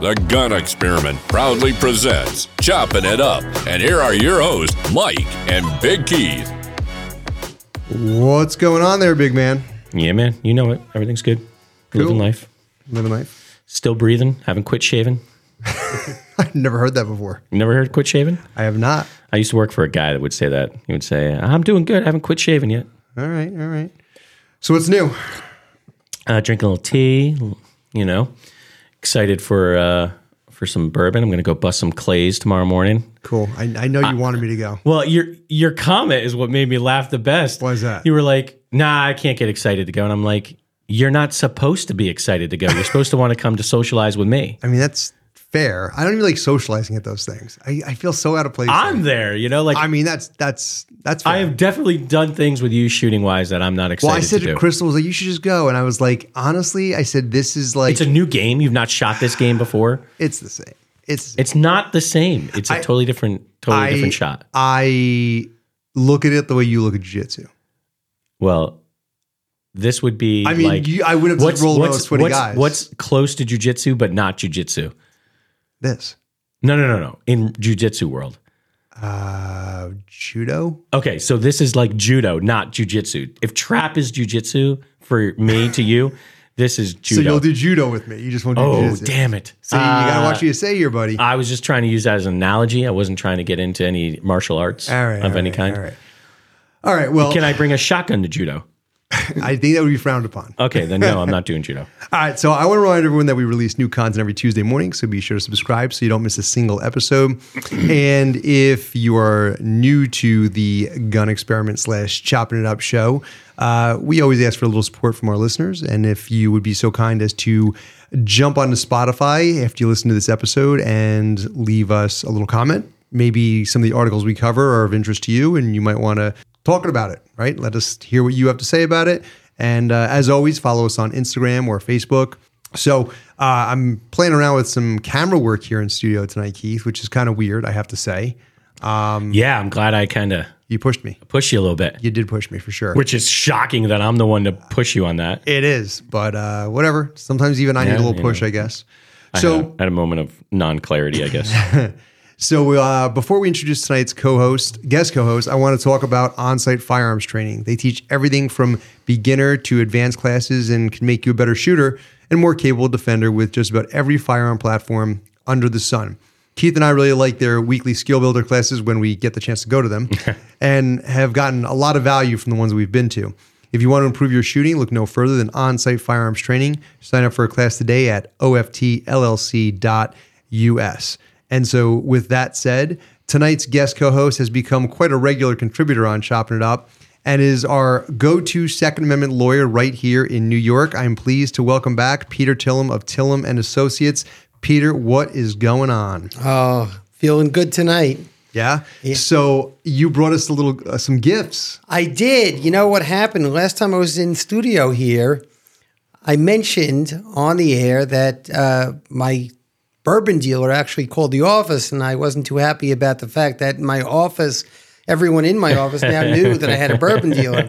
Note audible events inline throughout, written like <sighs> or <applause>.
The Gun Experiment proudly presents Chopping It Up. And here are your hosts, Mike and Big Keith. What's going on there, big man? Yeah, man. You know it. Everything's good. Cool. Living life. Living life. <laughs> Still breathing. Haven't quit shaving. I've never heard that before. You never heard quit shaving? I have not. I used to work for a guy that would say that. He would say, I'm doing good. I haven't quit shaving yet. All right, all right. So what's new? Uh, drinking a little tea, l- you know. Excited for uh, for some bourbon. I'm going to go bust some clays tomorrow morning. Cool. I, I know you wanted me to go. Well, your your comment is what made me laugh the best. Why is that? You were like, "Nah, I can't get excited to go," and I'm like, "You're not supposed to be excited to go. You're supposed to want to come to socialize with <laughs> me. I mean, that's fair. I don't even like socializing at those things. I, I feel so out of place. I'm there, you know. Like, I i mean, that's that's that's fair. have definitely done things with you shooting wise that I'm not excited well, I said to do. to Crystal, I was like, you should just go. And I was like, honestly, I said, this is like, it's a new game. You've not shot this game before. it's the same. It's, It's not the same. It's a totally different, totally I, different shot. I look at it the way you look at jujitsu. Well, this would be. I mean, like, you, I would have just rolled what's, those 20 what's, guys. what's close to jujitsu but not jujitsu? this? No, no, no, no. In jujitsu world. Uh, judo? Okay, so this is like judo, not jujitsu. If trap is jujitsu for me to you, this <laughs> is So judo. you'll do judo with me. You just won't do oh, jiu-jitsu. damn Uh, it. See, you gotta watch what you say here, buddy. I was just trying to use that as an analogy. I wasn't trying to get into any martial arts all right, of all any right, kind. All right. All right. Well, Can I bring a shotgun to judo? I think that would be frowned upon. Okay, then no, I'm not <laughs> doing judo. All right. So I want to remind everyone that we release new content every Tuesday morning. So be sure to subscribe so you don't miss a single episode. <clears throat> and if you are new to the Gun Experiment slash Chopping It Up show, uh, we always ask for a little support from our listeners. And if you would be so kind as to jump onto Spotify after you listen to this episode and leave us a little comment, maybe some of the articles we cover are of interest to you and you might want to talk about it, right? Let us hear what you have to say about it. And uh, as always, follow us on Instagram or Facebook. So uh, I'm playing around with some camera work here in studio tonight, Keith, which is kind of weird, I have to say. Um, Yeah, I'm glad I kind of You pushed me. pushed you a little bit, You did push me for sure. which is shocking that I'm the one to push you on that. it is, but uh, whatever. Sometimes even I need a little push, I guess. So Yeah, at a moment of non clarity, <laughs> I guess. So uh, before we introduce tonight's co-host, guest co-host, I want to talk about on-site firearms training. They teach everything from beginner to advanced classes and can make you a better shooter and more capable defender with just about every firearm platform under the sun. Keith and I really like their weekly skill builder classes when we get the chance to go to them and have gotten a lot of value from the ones we've been to. If you want to improve your shooting, look no further than on-site firearms training. Sign up for a class today at oftllc.us. And so, with that said, tonight's guest co host has become quite a regular contributor on Chopping It Up and is our go to Second Amendment lawyer right here in New York. I'm pleased to welcome back Peter Tillum of Tillum and Associates. Peter, what is going on? Oh, feeling good tonight. Uh, Yeah. So you brought us a little uh, some gifts. I did. You know what happened? Last time I was in studio here, I mentioned on the air that uh, my bourbon dealer actually called the office, and I wasn't too happy about the fact that my office, everyone in my office now knew that I had a bourbon dealer.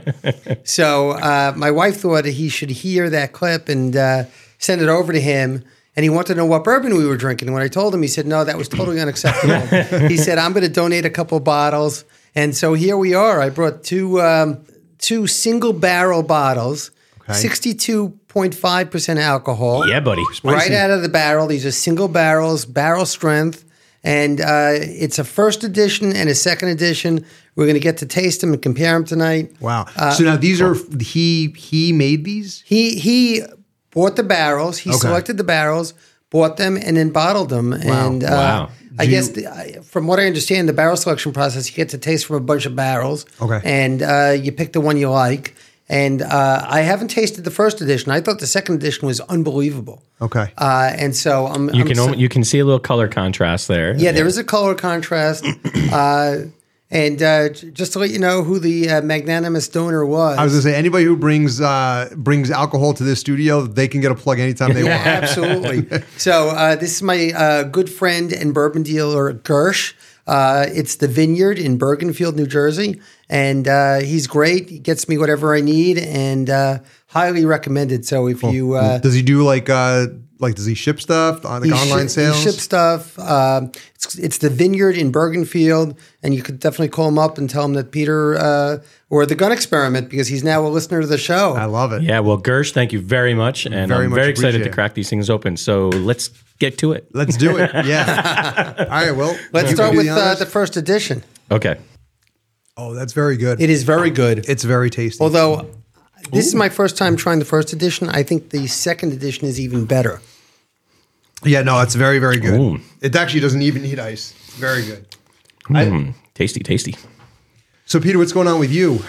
So uh, my wife thought he should hear that clip and uh, send it over to him. And he wanted to know what bourbon we were drinking. When I told him, he said, "No, that was totally unacceptable." he said, "I'm going to donate a couple bottles." And so here we are. I brought two um, two single barrel bottles, sixty two point five percent alcohol. yeah, buddy. Right out of the barrel. These are single barrels, barrel strength. And uh, it's a first edition and a second edition. We're going to get to taste them and compare them tonight. Wow. Uh, so now these are he he made these. He he bought the barrels. He Okay. selected the barrels, bought them, and then bottled them. And uh, Wow. I guess the, I, from what I understand, the barrel selection process, you get to taste from a bunch of barrels. Okay. and uh, you pick the one you like. And uh, I haven't tasted the first edition. I thought the second edition was unbelievable. Okay. Uh, and so I'm. You I'm can so- only, you can see a little color contrast there. yeah, there is a color contrast. uh, and uh, j- just to let you know who the uh, magnanimous donor was. I was gonna say anybody who brings uh, brings alcohol to this studio, they can get a plug anytime <laughs> they want. Absolutely. So uh, this is my uh, good friend and bourbon dealer Gersh. Uh, it's the Vineyard in Bergenfield, New Jersey, and uh, he's great. He gets me whatever I need, and uh, highly recommended. So if you uh, Does he do like uh, like does he ship stuff on like He online shi- he sales? ship stuff. Um, it's, it's the Vineyard in Bergenfield, and you could definitely call him up and tell him that Peter uh, or the Gun Experiment because he's now a listener to the show. I love it. Yeah, well, Gersh, thank you very much, and Very I'm much very excited to appreciate it. crack these things open. So let's get to it. Let's do <laughs> it. Yeah. All right. Well, Let's you can start do with the uh, honors. the first edition. Okay. oh, that's very good. It is very good. It's very tasty. Although uh, this is my first time trying the first edition, I think the second edition is even better. yeah. No, it's very very good. Ooh. It actually doesn't even need ice. It's very good. Hmm, Tasty, tasty. So Peter, what's going on with you?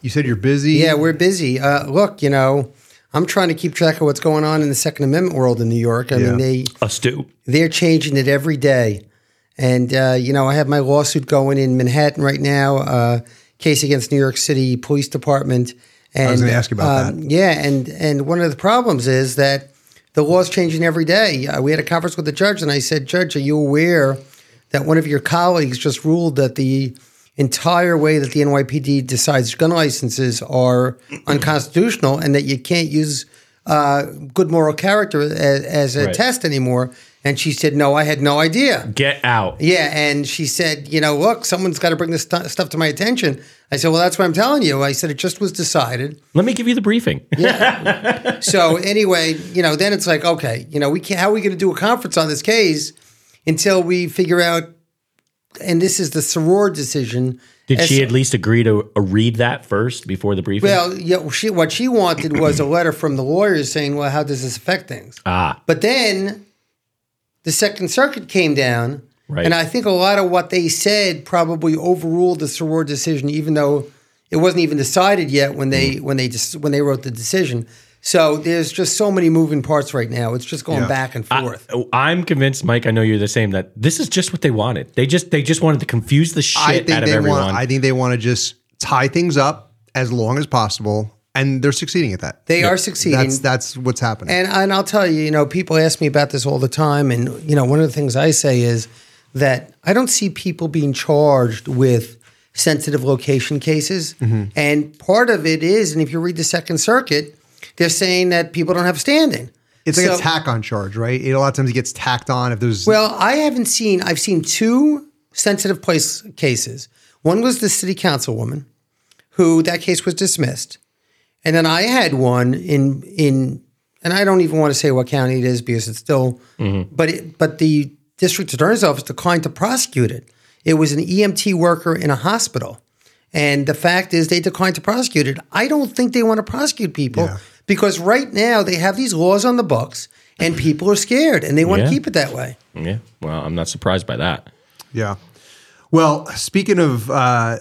you said you're busy. Yeah, we're busy. Uh, look, you know, I'm trying to keep track of what's going on in the Second Amendment world in New York. I Yeah. mean, they A stew. they're changing it every day. And, uh, you know, I have my lawsuit going in Manhattan right now, uh, case against New York City Police Department. And, um, was gonna ask you about that. Yeah, and, and one of the problems is that the law's changing every day. Uh, we had a conference with the judge, and I said, Judge, are you aware that one of your colleagues just ruled that the entire way that the NYPD decides gun licenses are unconstitutional and that you can't use uh, good moral character as, as a Right. test anymore? And she said, No, I had no idea. Get out. Yeah, and she said, you know, look, someone's got to bring this stu- stuff to my attention. I said, well, that's what I'm telling you. I said it just was decided. Let me give you the briefing. So anyway, you know, then it's like, okay, you know, we can't. How are we going to do a conference on this case until we figure out? And this is the Soror decision. Did As- she at least agree to uh, read that first before the briefing? Well, yeah, she, what she wanted was a letter from the lawyers saying, well, how does this affect things? ah, But then the Second Circuit came down, Right. and I think a lot of what they said probably overruled the Soror decision, even though it wasn't even decided yet when they when they just when they wrote the decision. So there's just so many moving parts right now. It's just going Yeah. back and forth. Oh, I'm convinced, Mike. I know you're the same. That this is just what they wanted. They just they just wanted to confuse the shit I think out of they everyone. want. I think they want to just tie things up as long as possible, and they're succeeding at that. they are succeeding. That's that's what's happening. And and I'll tell you, you know, people ask me about this all the time, and you know, one of the things I say is that I don't see people being charged with sensitive location cases, and part of it is, and if you read the Second Circuit, they're saying that people don't have standing. it's like a So- tack on charge, right? It, a lot of times it gets tacked on if there's well, I haven't seen. I've seen two sensitive place cases. One was the city councilwoman, who that case was dismissed, and then I had one in in, and I don't even want to say what county it is because it's still, Mm-hmm. but it, but the district attorney's office declined to prosecute it. It was an EMT worker in a hospital, and the fact is they declined to prosecute it. I don't think they want to prosecute people Yeah. because right now they have these laws on the books. And people are scared, and they want Yeah. to keep it that way. yeah. Well, I'm not surprised by that. Yeah. Well, speaking of uh,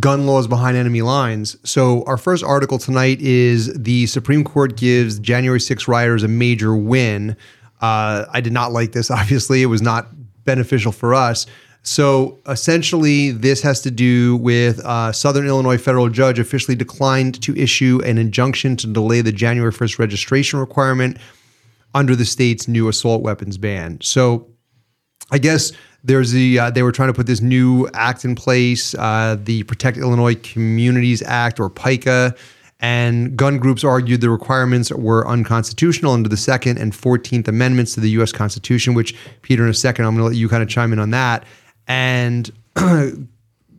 gun laws behind enemy lines, so our first article tonight is the Supreme Court gives January 6 rioters a major win. Uh, I did not like this, <laughs> obviously. It was not beneficial for us. So essentially, this has to do with uh, Southern Illinois federal judge officially declined to issue an injunction to delay the January 1st registration requirement under the state's new assault weapons ban. So I guess there's the uh, they were trying to put this new act in place, uh, the Protect Illinois Communities Act or PICA, and gun groups argued the requirements were unconstitutional under the Second and Fourteenth Amendments to the U.S. Constitution. Which Peter, in a second, I'm going to let you kind of chime in on that and. <clears throat>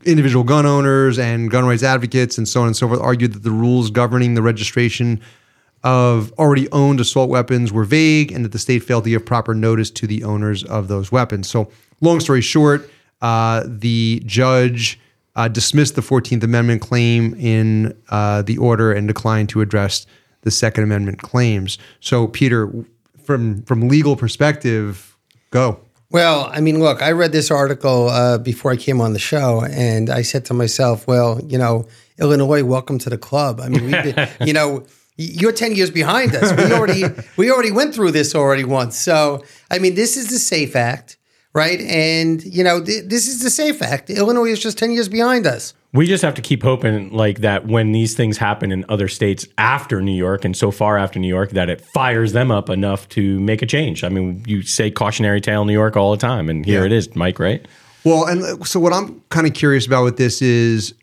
Individual gun owners and gun rights advocates and so on and so forth argued that the rules governing the registration of already owned assault weapons were vague and that the state failed to give proper notice to the owners of those weapons. So, long story short, uh, the judge uh, dismissed the 14th Amendment claim in uh, the order and declined to address the Second Amendment claims. So, Peter, from from legal perspective, go. Well, I mean, look, I read this article uh, before I came on the show, and I said to myself, well, you know, Illinois, welcome to the club. I mean, <laughs> we've been, you know, y- you're ten years behind us. We already we already went through this already once. So, I mean, this is the Safe Act, right? And you know, th- this is the Safe Act. Illinois is just ten years behind us. We just have to keep hoping like that when these things happen in other states after New York and so far after New York that it fires them up enough to make a change. I mean, you say cautionary tale New York all the time and here Yeah. it is, Mike, right? Well, and uh, so what I'm kind of curious about with this is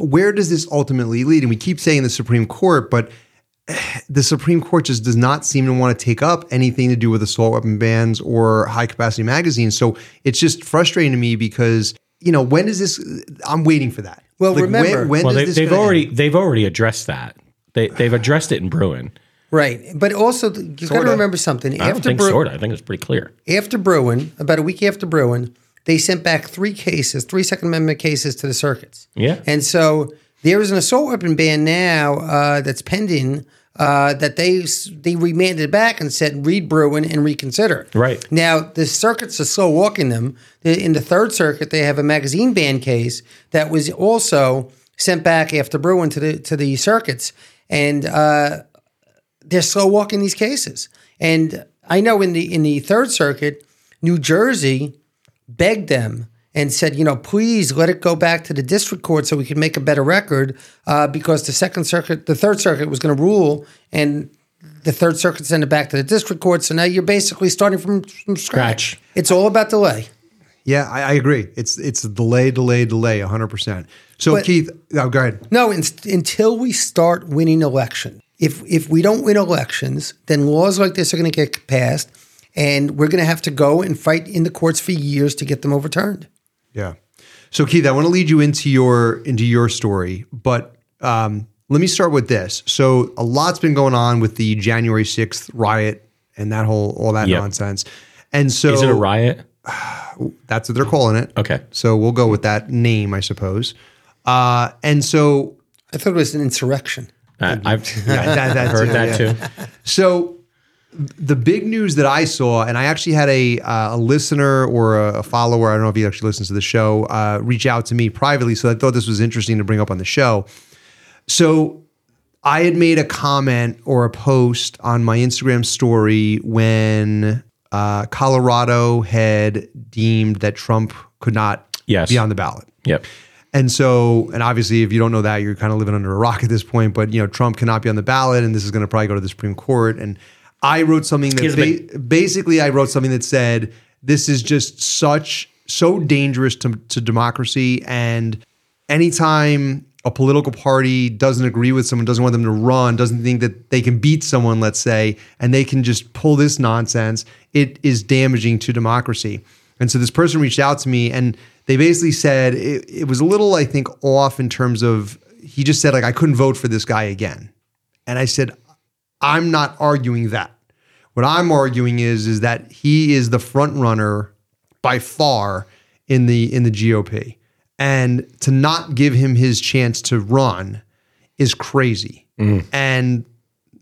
where does this ultimately lead? And we keep saying the Supreme Court, but <sighs> the Supreme Court just does not seem to want to take up anything to do with assault weapon bans or high capacity magazines. So it's just frustrating to me because you know when is this? uh, I'm waiting for that. Well, Like, remember- when, when Well, does they, this they've gonna already end? they've already addressed that. They they've addressed it in Bruin. Right. But also, th- you've got Sorta. to remember something. I don't think Bru- sort of. I think it's pretty clear. after Bruin, about a week after Bruin, they sent back three cases, three Second Amendment cases to the circuits. Yeah. And so there is an assault weapon ban now uh, that's pending uh, that they s- they remanded back and said read Bruin and reconsider. Right. Now the circuits are slow walking them. The- In the Third Circuit, they have a magazine ban case that was also sent back after Bruin to the to the circuits, and uh, they're slow walking these cases. And I know in the in the Third Circuit, New Jersey begged them and said, you know, please let it go back to the district court so we can make a better record uh, because the Second Circuit, the Third Circuit was going to rule and the Third Circuit sent it back to the district court. So now you're basically starting from, from scratch. Scratch. It's all about delay. Yeah, I, I agree. It's it's a delay, delay, delay, 100. percent So But- Keith, oh, go ahead. No, in, until we start winning election. If if we don't win elections, then laws like this are going to get passed, and we're going to have to go and fight in the courts for years to get them overturned. Yeah. So Keith, I want to lead you into your into your story, but um, let me start with this. So a lot's been going on with the January sixth riot and that whole all that Yep. nonsense. And so Is it a riot? that's what they're calling it. Okay. So we'll go with that name, I suppose. Uh, and so I thought it was an insurrection. I, Uh, <laughs> I've yeah, that, that's <laughs> heard it, yeah. that too. So th- the big news that I saw, and I actually had a uh, a listener or a, a follower, I don't know if he actually listens to the show, uh, reach out to me privately. So I thought this was interesting to bring up on the show. So I had made a comment or a post on my Instagram story when uh, Colorado had deemed that Trump could not Yes. be on the ballot. Yep. And so, and obviously, if you don't know that, you're kind of living under a rock at this point. But you know, Trump cannot be on the ballot, and this is going to probably go to the Supreme Court. And I wrote something that Excuse me. ba- basically, I wrote something that said, "This is just such so dangerous to, to democracy." And anytime a political party doesn't agree with someone, doesn't want them to run, doesn't think that they can beat someone, let's say, and they can just pull this nonsense, it is damaging to democracy. And so this person reached out to me and they basically said it, it was a little, I think, off in terms of he just said, like, I couldn't vote for this guy again. And I said, I'm not arguing that. What I'm arguing is is that he is the front runner by far in the in the GOP. And to not give him his chance to run is crazy. And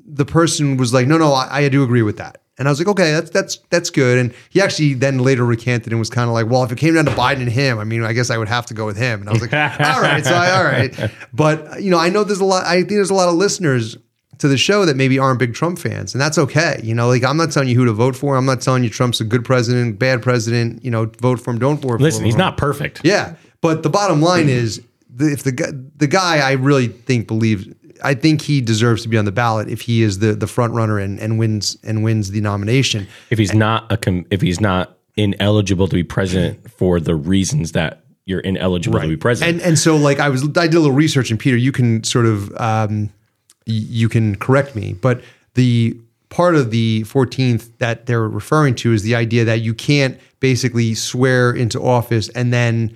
the person was like, "No, no, I, I do agree with that." And I was like, "Okay, that's that's that's good." And he actually then later recanted and was kind of like, "Well, if it came down to Biden and him, I mean, I guess I would have to go with him." And I was <laughs> like, "All right, so I, all right." But you know, I know there's a lot. I think there's a lot of listeners to the show that maybe aren't big Trump fans, and that's okay. You know, like I'm not telling you who to vote for. I'm not telling you Trump's a good president, bad president. You know, vote for him, don't vote for him. Listen, he's not perfect. Yeah, but the bottom line is, the, if the guy, the guy, I really think believes, I think he deserves to be on the ballot if he is the the front runner and, and wins and wins the nomination. If he's not a com- if he's not ineligible to be president for the reasons that you're ineligible to be president. And and so like I was, I did a little research, and Peter, you can sort of, um, y- you can correct me, but the part of the 14th that they're referring to is the idea that you can't basically swear into office and then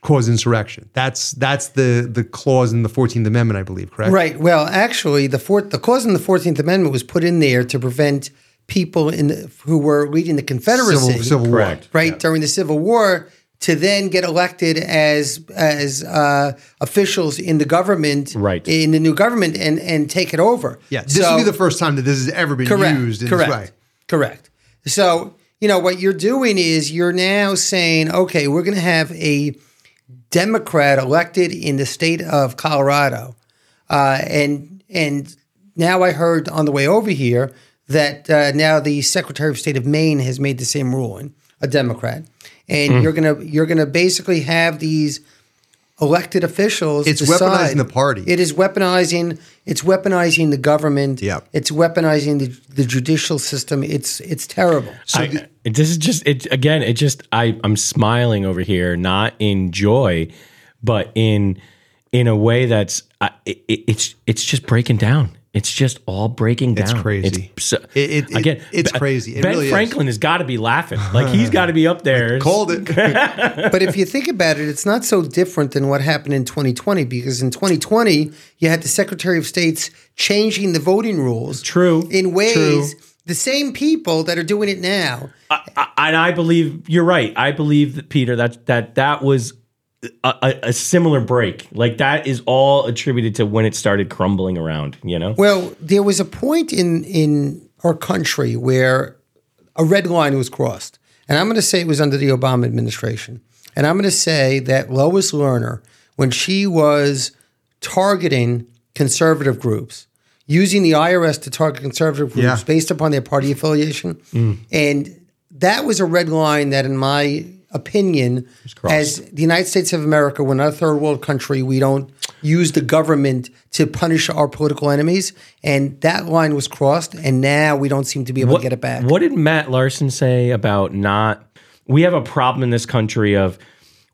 cause insurrection. That's that's the the clause in the 14th Amendment, I believe, correct? Right. Well, actually, the fourth, the clause in the Fourteenth Amendment was put in there to prevent people in the, who were leading the Confederacy, Civil, Civil War. Correct. right during the Civil War, to then get elected as as uh, officials in the government, Right. in the new government, and and take it over. Yeah, this will be the first time that this has ever been correct, used in correct, this way. Correct. So you know what you're doing is you're now saying, okay, we're going to have a Democrat elected in the state of Colorado, uh, and and now I heard on the way over here that uh, now the Secretary of State of Maine has made the same ruling, a Democrat, and Mm-hmm. you're gonna you're gonna basically have these elected officials. It's weaponizing the party. It is weaponizing. It's weaponizing the government. Yep. It's weaponizing the, the judicial system. It's it's terrible. I- it- this is just it again. It just I I'm smiling over here, not in joy, but in in a way that's I, it, it's it's just breaking down. It's just all breaking down. It's crazy. so, It- it- it- again, it's Be- crazy. It ben really is. Franklin has got to be laughing. Like he's got to <laughs> be up there. Called it. <laughs> but if you think about it, it's not so different than what happened in 2020 because in 2020 you had the Secretary of State's changing the voting rules. True. In ways True. the same people that are doing it now. I- and I believe you're right. I believe that Peter that that that was a, a, a similar break. Like that is all attributed to when it started crumbling around. You know, Well, there was a point in in our country where a red line was crossed, and I'm going to say it was under the Obama administration, and I'm going to say that Lois Lerner, when she was targeting conservative groups, using the IRS to target conservative groups Yeah. based upon their party affiliation, and that was a red line that, in my opinion, as the United States of America, we're not a third world country. We don't use the government to punish our political enemies, and that line was crossed, and now we don't seem to be able to get it back. What did Matt Larson say about not? We have a problem in this country of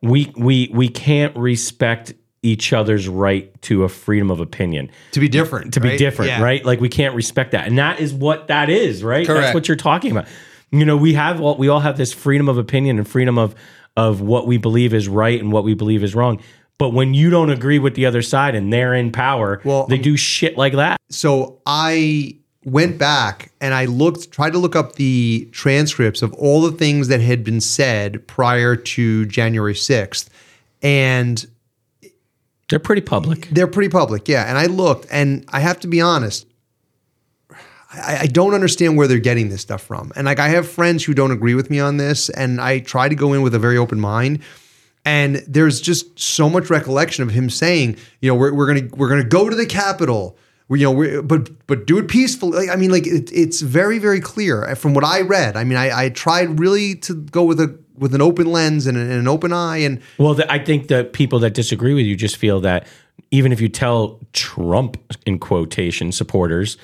we we we can't respect each other's right to a freedom of opinion to be different. to be different, right? Like we can't respect that, and that is what that is, right? That's Correct. what you're talking about. You know, we have all we all have this freedom of opinion and freedom of of what we believe is right and what we believe is wrong. But when you don't agree with the other side and they're in power, Well, they um, do shit like that. so I went back and I looked, tried to look up the transcripts of all the things that had been said prior to January 6th. And They're pretty public. they're pretty public, yeah. And I looked, and I have to be honest, I, I don't understand where they're getting this stuff from. And like, I have friends who don't agree with me on this, and I try to go in with a very open mind. And there's just so much recollection of him saying, you know, we're, we're gonna we're gonna go to the Capitol, we, you know, we're, but but do it peacefully. Like, I mean, like it, it's very very clear uh, from what I read. I mean, I, I tried really to go with a with an open lens and an, and an open eye, and Well, the, I think the people that disagree with you just feel that even if you tell Trump in quotation supporters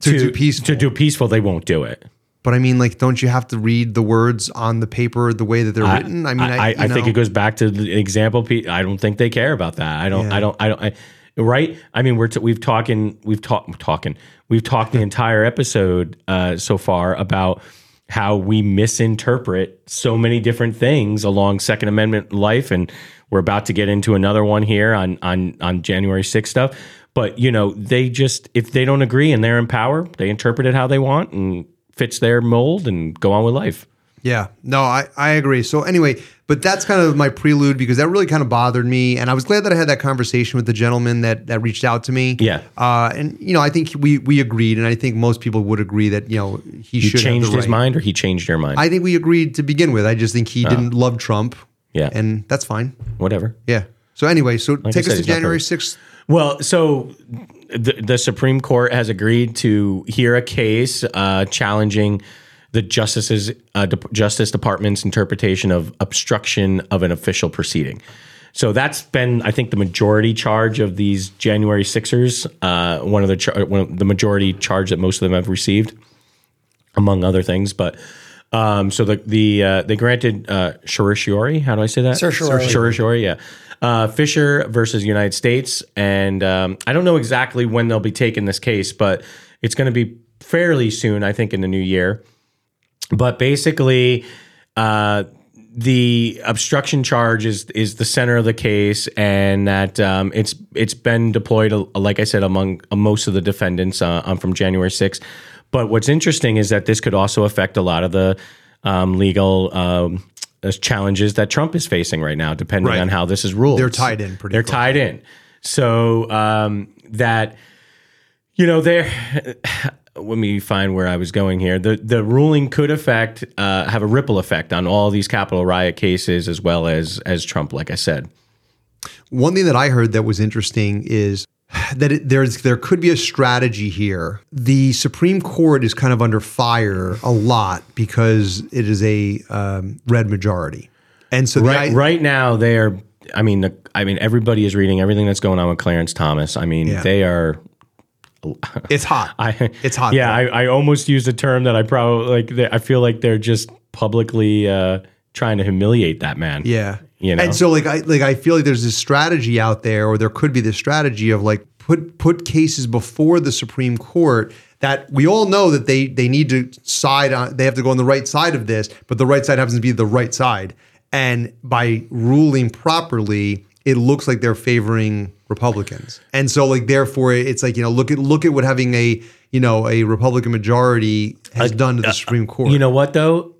To do peaceful. to do peaceful, they won't do it. But I mean, like, don't you have to read the words on the paper the way that they're written? I mean, I, I, I, you know, think it goes back to the example. Pe- I don't think they care about that. I don't. I don't. I don't. I, right? I mean, we're t- we've talking. We've talked talking. We've <laughs> talked the entire episode uh, so far about how we misinterpret so many different things along Second Amendment life, and we're about to get into another one here on on on January 6th stuff. But you know, they just if they don't agree and they're in power, they interpret it how they want and fits their mold and go on with life. Yeah, no, I, I agree. So anyway, but that's kind of my prelude because that really kind of bothered me, and I was glad that I had that conversation with the gentleman that that reached out to me. Yeah. uh, and you know, I think we we agreed, and I think most people would agree that you know he You should have the changed his right. mind, or he changed your mind. I think we agreed to begin with. I just think he didn't love Trump. Yeah. and that's fine. whatever. Yeah. So anyway, so take said, us to he's not January perfect. sixth. Well, so the, the Supreme Court has agreed to hear a case uh, challenging the justices uh, Dep- Justice Department's interpretation of obstruction of an official proceeding. So that's been, I think, the majority charge of these January Sixers. Uh, one of the char- one of the majority charge that most of them have received, among other things. But um, so the the uh, they granted uh, certiorari. How do I say that? Certiorari. Certiorari, yeah. Uh, Fisher versus United States, and um, I don't know exactly when they'll be taking this case, but it's going to be fairly soon, I think, in the new year. But basically, uh, the obstruction charge is is the center of the case, and that um, it's it's been deployed, uh, like I said, among uh, most of the defendants uh, um, from January 6th. But what's interesting is that this could also affect a lot of the um, legal um, uh, challenges that Trump is facing right now, depending Right. on how this is ruled. They're tied in pretty They're close. tied in. So um, that you know there <sighs> let me find where i was going here the the ruling could affect uh, have a ripple effect on all these capital riot cases as well as as trump like i said One thing that I heard that was interesting is that it, there's there could be a strategy here. The Supreme Court is kind of under fire a lot because it is a um, red majority, and so right the, i- right now they are i mean the, i mean everybody is reading everything that's going on with clarence thomas i mean Yeah. they are it's hot. I, It's hot, Yeah, I, though. I almost used a term that I probably like. They, I feel like they're just publicly uh, trying to humiliate that man. yeah, You know? and so like I like I feel like there's this strategy out there, or there could be this strategy of like put put cases before the Supreme Court that we all know that they they need to side on they have to go on the right side of this, but the right side happens to be the right side. And by ruling properly, it looks like they're favoring Republicans. And so like therefore it's like, you know, look at look at what having a you know, a Republican majority has done to the Supreme Court. uh, You know what though?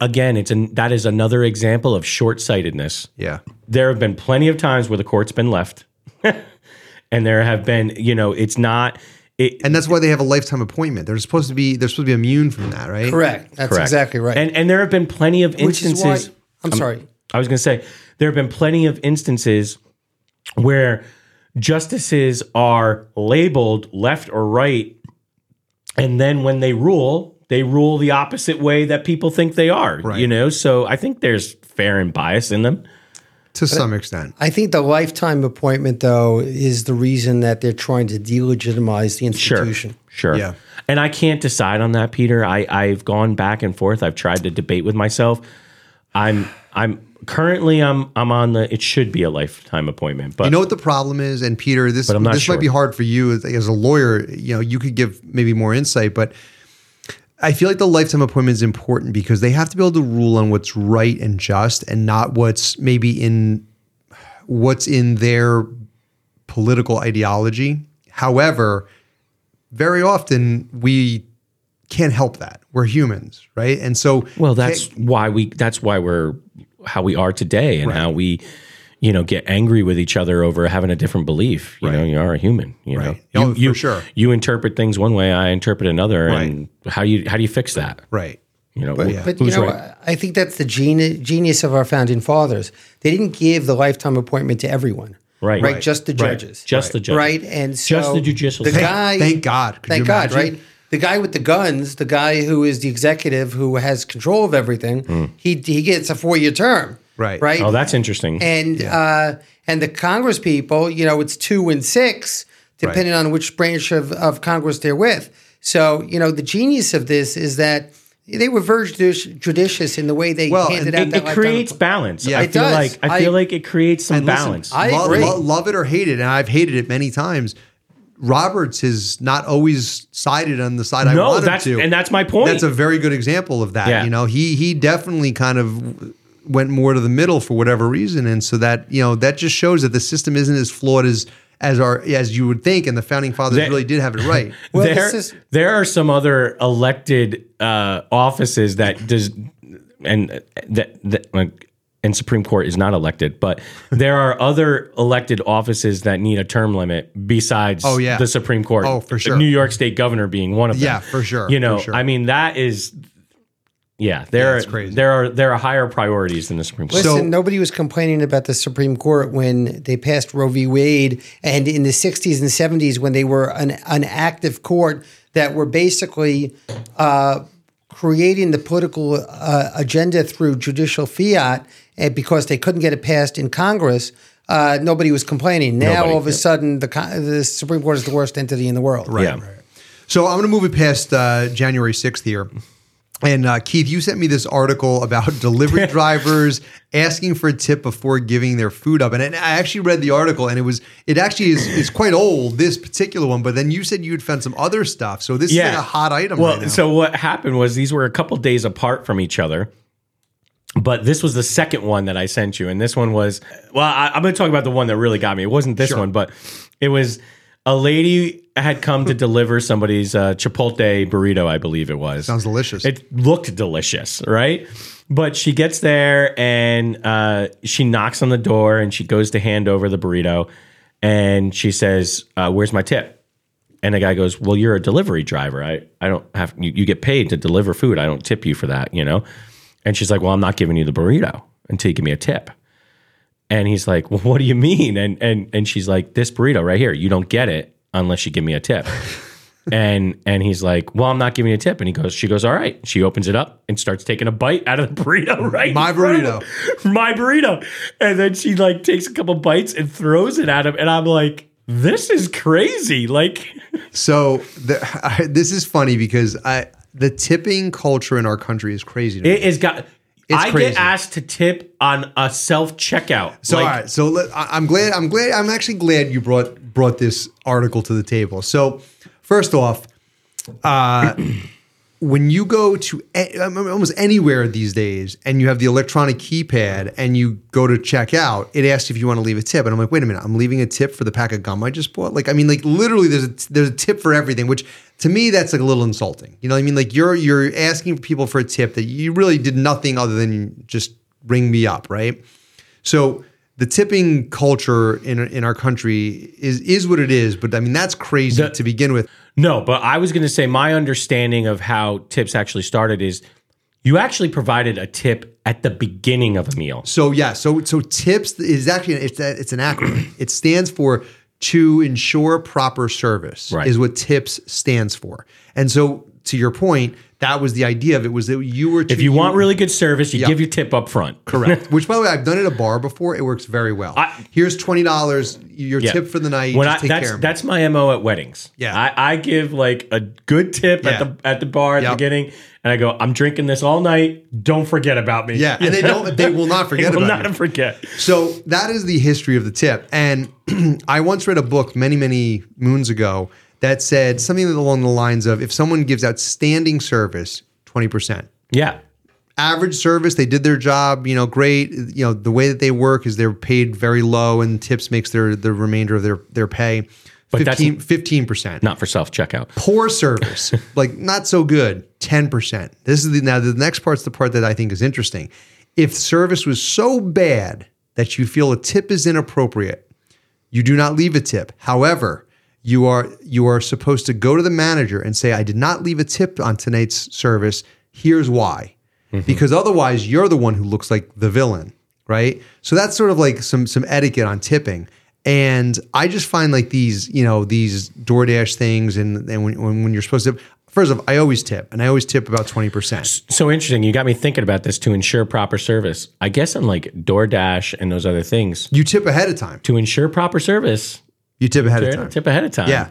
Again, it's an, that is another example of short-sightedness. yeah. there have been plenty of times where the court's been left <laughs> and there have been you know it's not it, And that's why they have a lifetime appointment. They're supposed to be they're supposed to be immune from that, right? Correct. That's Correct. exactly right. and and there have been plenty of Which is instances why I'm sorry. i was going to say there have been plenty of instances where justices are labeled left or right and then when they rule they rule the opposite way that people think they are you know so i think there's fair and bias in them To some extent. I think the lifetime appointment, though, is the reason that they're trying to delegitimize the institution. Sure. Yeah. And I can't decide on that, Peter. I, I've gone back and forth. I've tried to debate with myself. I'm I'm currently I'm I'm on the it should be a lifetime appointment. But You know what the problem is, and Peter, this I'm not this sure. might be hard for you as, as a lawyer. You know, you could give maybe more insight, but I feel like the lifetime appointment is important because they have to be able to rule on what's right and just, and not what's maybe in what's in their political ideology. However, very often we can't help that. We're humans, right? And so, well that's why we that's why we're how we are today and how we you know get angry with each other over having a different belief. You know, you are a human, you Right. know. Oh, you, for you- sure. you interpret things one way, I interpret another and how you how do you fix that? right, You know, wh- But who's you know, uh, right? I think that's the geni- genius of our founding fathers. They didn't give the lifetime appointment to everyone. Right. Right. Right. Just the Right. judges. Just the judges. Right. And so Just the judicial The system. guy. Thank God. Could thank you God. imagine? Right. The guy with the guns, the guy who is the executive who has control of everything, he he gets a four year term. Right. Right. Hmm. Oh, that's interesting. and uh, and the Congress people, you know, it's two and six, depending on which branch of, of Congress they're with. So, you know, the genius of this is that they were very judici- judicious in the way they Well, handed and out it, that it lifetime creates appointment. balance. Yeah. I It feel does. like I feel I- like it creates some listen, balance. I lo- agree. lo- love it or hate it, and I've hated it many times. Roberts has not always sided on the side I no, wanted that's to, and that's my point. That's a very good example of that. Yeah. You know, he he definitely kind of went more to the middle for whatever reason, and so that you know that just shows that the system isn't as flawed as as our as you would think, and the founding fathers That- really did have it <laughs> right. Well, there, this is there are some other elected uh, offices that does and uh, that, that like, and Supreme Court is not elected, but there <laughs> are other elected offices that need a term limit besides Oh, yeah. the Supreme Court. Oh, for The sure. New York State governor being one of them. Yeah, for sure, You for know, sure. I mean that is yeah, there that's are crazy. there are there are higher priorities than the Supreme Court. Listen, So- nobody was complaining about the Supreme Court when they passed Roe v. Wade, and in the '60s and '70s when they were an, an active court that were basically uh, creating the political uh, agenda through judicial fiat, and because they couldn't get it passed in Congress. Uh, nobody was complaining. Now, Nobody, all of a yeah. sudden, the, con- the Supreme Court is the worst entity in the world. Right. yeah. So I'm going to move it past uh, January 6th here. And uh, Keith, you sent me this article about <laughs> delivery drivers asking for a tip before giving their food up, and, and I actually read the article, and it was it actually is, is quite old this particular one. But then you said you had found some other stuff, so this is like a hot item Well, right now. so what happened was these were a couple days apart from each other. But this was the second one that I sent you, and this one was well. I, I'm going to talk about the one that really got me. It wasn't this one, but it was a lady had come to deliver somebody's uh, Chipotle burrito, I believe it was. sounds delicious. It looked delicious, right? But she gets there and uh, she knocks on the door and she goes to hand over the burrito and she says, uh, Where's my tip? And the guy goes, Well, you're a delivery driver. I, I don't have, you, you get paid to deliver food. I don't tip you for that, you know? And she's like, Well, I'm not giving you the burrito until you give me a tip. And he's like, "Well, what do you mean?" And and and she's like, "This burrito right here, you don't get it unless you give me <laughs> a tip." and and he's like, "Well, I'm not giving you a tip." And he goes, "She goes, all right." She opens it up and starts taking a bite out of the burrito. <laughs> Right, My in front of burrito. him. <laughs> my burrito. And then she like takes a couple bites and throws it at him. And I'm like, "This is crazy!" Like, so the, <laughs> I, this is funny because I the tipping culture in our country is crazy. To me. it is got. It's I crazy. get asked to tip on a self checkout. So all right, so let, I, I'm glad. I'm glad. I'm actually glad you brought brought this article to the table. So first off, uh, <clears throat> when you go to a, um, almost anywhere these days, and you have the electronic keypad, and you go to check out, it asks if you want to leave a tip, and I'm like, wait a minute, I'm leaving a tip for the pack of gum I just bought. Like, I mean, like literally, there's a, there's a tip for everything, which to me that's like a little insulting. You know what I mean? Like you're you're asking people for a tip that you really did nothing other than just ring me up, right? So the tipping culture in in our country is is what it is, but I mean that's crazy to begin with. No, but I was going to say my understanding of how tips actually started is you actually provided a tip at the beginning of a meal. So yeah, so so tips is actually it's a, it's an <clears throat> acronym. it stands for to ensure proper service Right. is what tips stands for. And so to your point, that was the idea of it was that you were If you want really good service, you give your tip up front. correct. Which by the way, I've done it at a bar before. It works very well. I- Here's twenty dollars, your Yeah. tip for the night. When just I, take that's care of me. that's my mo at weddings. Yeah. I, I give like a good tip Yeah. at the at the bar at Yep. the beginning, and I go, I'm drinking this all night. Don't forget about me. yeah, and they don't. They will not I forget will about not you. forget. So that is the history of the tip. And <clears throat> I once read a book many, many moons ago that said something along the lines of if someone gives outstanding service, 20%. Yeah, Average service, they did their job, you know, great. You know, the way that they work is they're paid very low and tips makes their the remainder of their their pay But that's- 15 15%. not for self checkout. Poor service, like not so good, 10%. This is the now the next part's the part that I think is interesting. If service was so bad that you feel a tip is inappropriate, you do not leave a tip. However, you are you are supposed to go to the manager and say, "I did not leave a tip on tonight's service. Here's why." Because otherwise, you're the one who looks like the villain, right? So that's sort of like some some etiquette on tipping. And I just find like these, you know, these DoorDash things, and and when when, when you're supposed to. First of all, I always tip, and I always tip about twenty percent. So interesting. You got me thinking about this to ensure proper service. I guess on like DoorDash and those other things, You tip ahead of time. to ensure proper service, You tip ahead of they're time. a tip ahead of time. Yeah.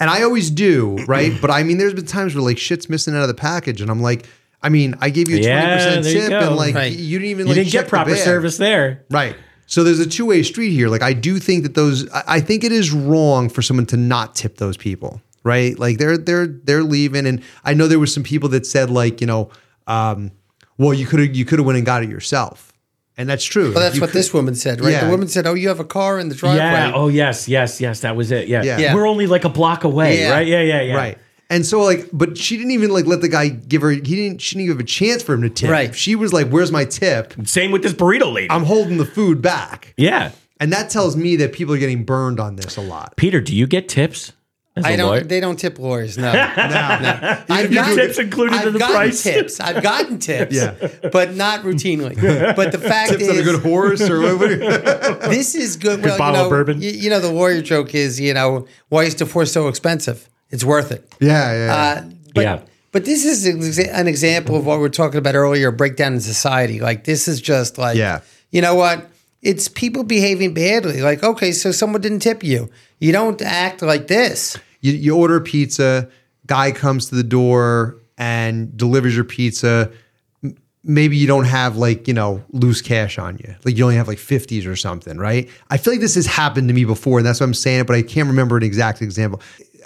And I always do, right? but I mean, there's been times where like shit's missing out of the package, and I'm like, I mean, I gave you a 20% Yeah, there you tip, go. and like, Right. you didn't even You like didn't check get the proper bag. service there. Right. So there's a two way street here. Like, I do think that those, I, I think it is wrong for someone to not tip those people, right? Like, they're, they're, they're leaving. And I know there was some people that said, like, you know, um, well, you could have, you could have went and got it yourself. And that's true. Well, that's what this woman said, right? Yeah. The woman said, "Oh, you have a car in the driveway." Yeah. Oh yes, yes, yes. That was it. Yeah. Yeah. Yeah. We're only like a block away, Yeah. right? Yeah, yeah, yeah. Right. And so like, but she didn't even like let the guy give her. He didn't. She didn't give a chance for him to tip. Right. She was like, "Where's my tip? Same with this burrito lady. I'm holding the food back." yeah. And that tells me that people are getting burned on this a lot. Peter, do you get tips? As I a don't. lawyer? They don't tip <laughs> lawyers. No, no. I've Your gotten- tips included I've in the gotten price. Tips. I've gotten tips. Yeah. but <laughs> not routinely. But the fact Tips is, on a good horse or <laughs> whatever. this is good. Well, bottle you of know, bourbon. y- You, know, the lawyer joke is, you know, why is divorce so expensive? It's worth it. yeah, yeah. Uh, but, Yeah. But this is an exa- an example of what we were talking about earlier, a breakdown in society. Like this is just like, Yeah. you know what? It's people behaving badly. Like, okay, so someone didn't tip you. You don't act like this. you, you order pizza. Guy comes to the door and delivers your pizza. M- Maybe you don't have like you know loose cash on you. Like you only have like fifties or something, right? I feel like this has happened to me before, and that's why I'm saying it. But I can't remember an exact example.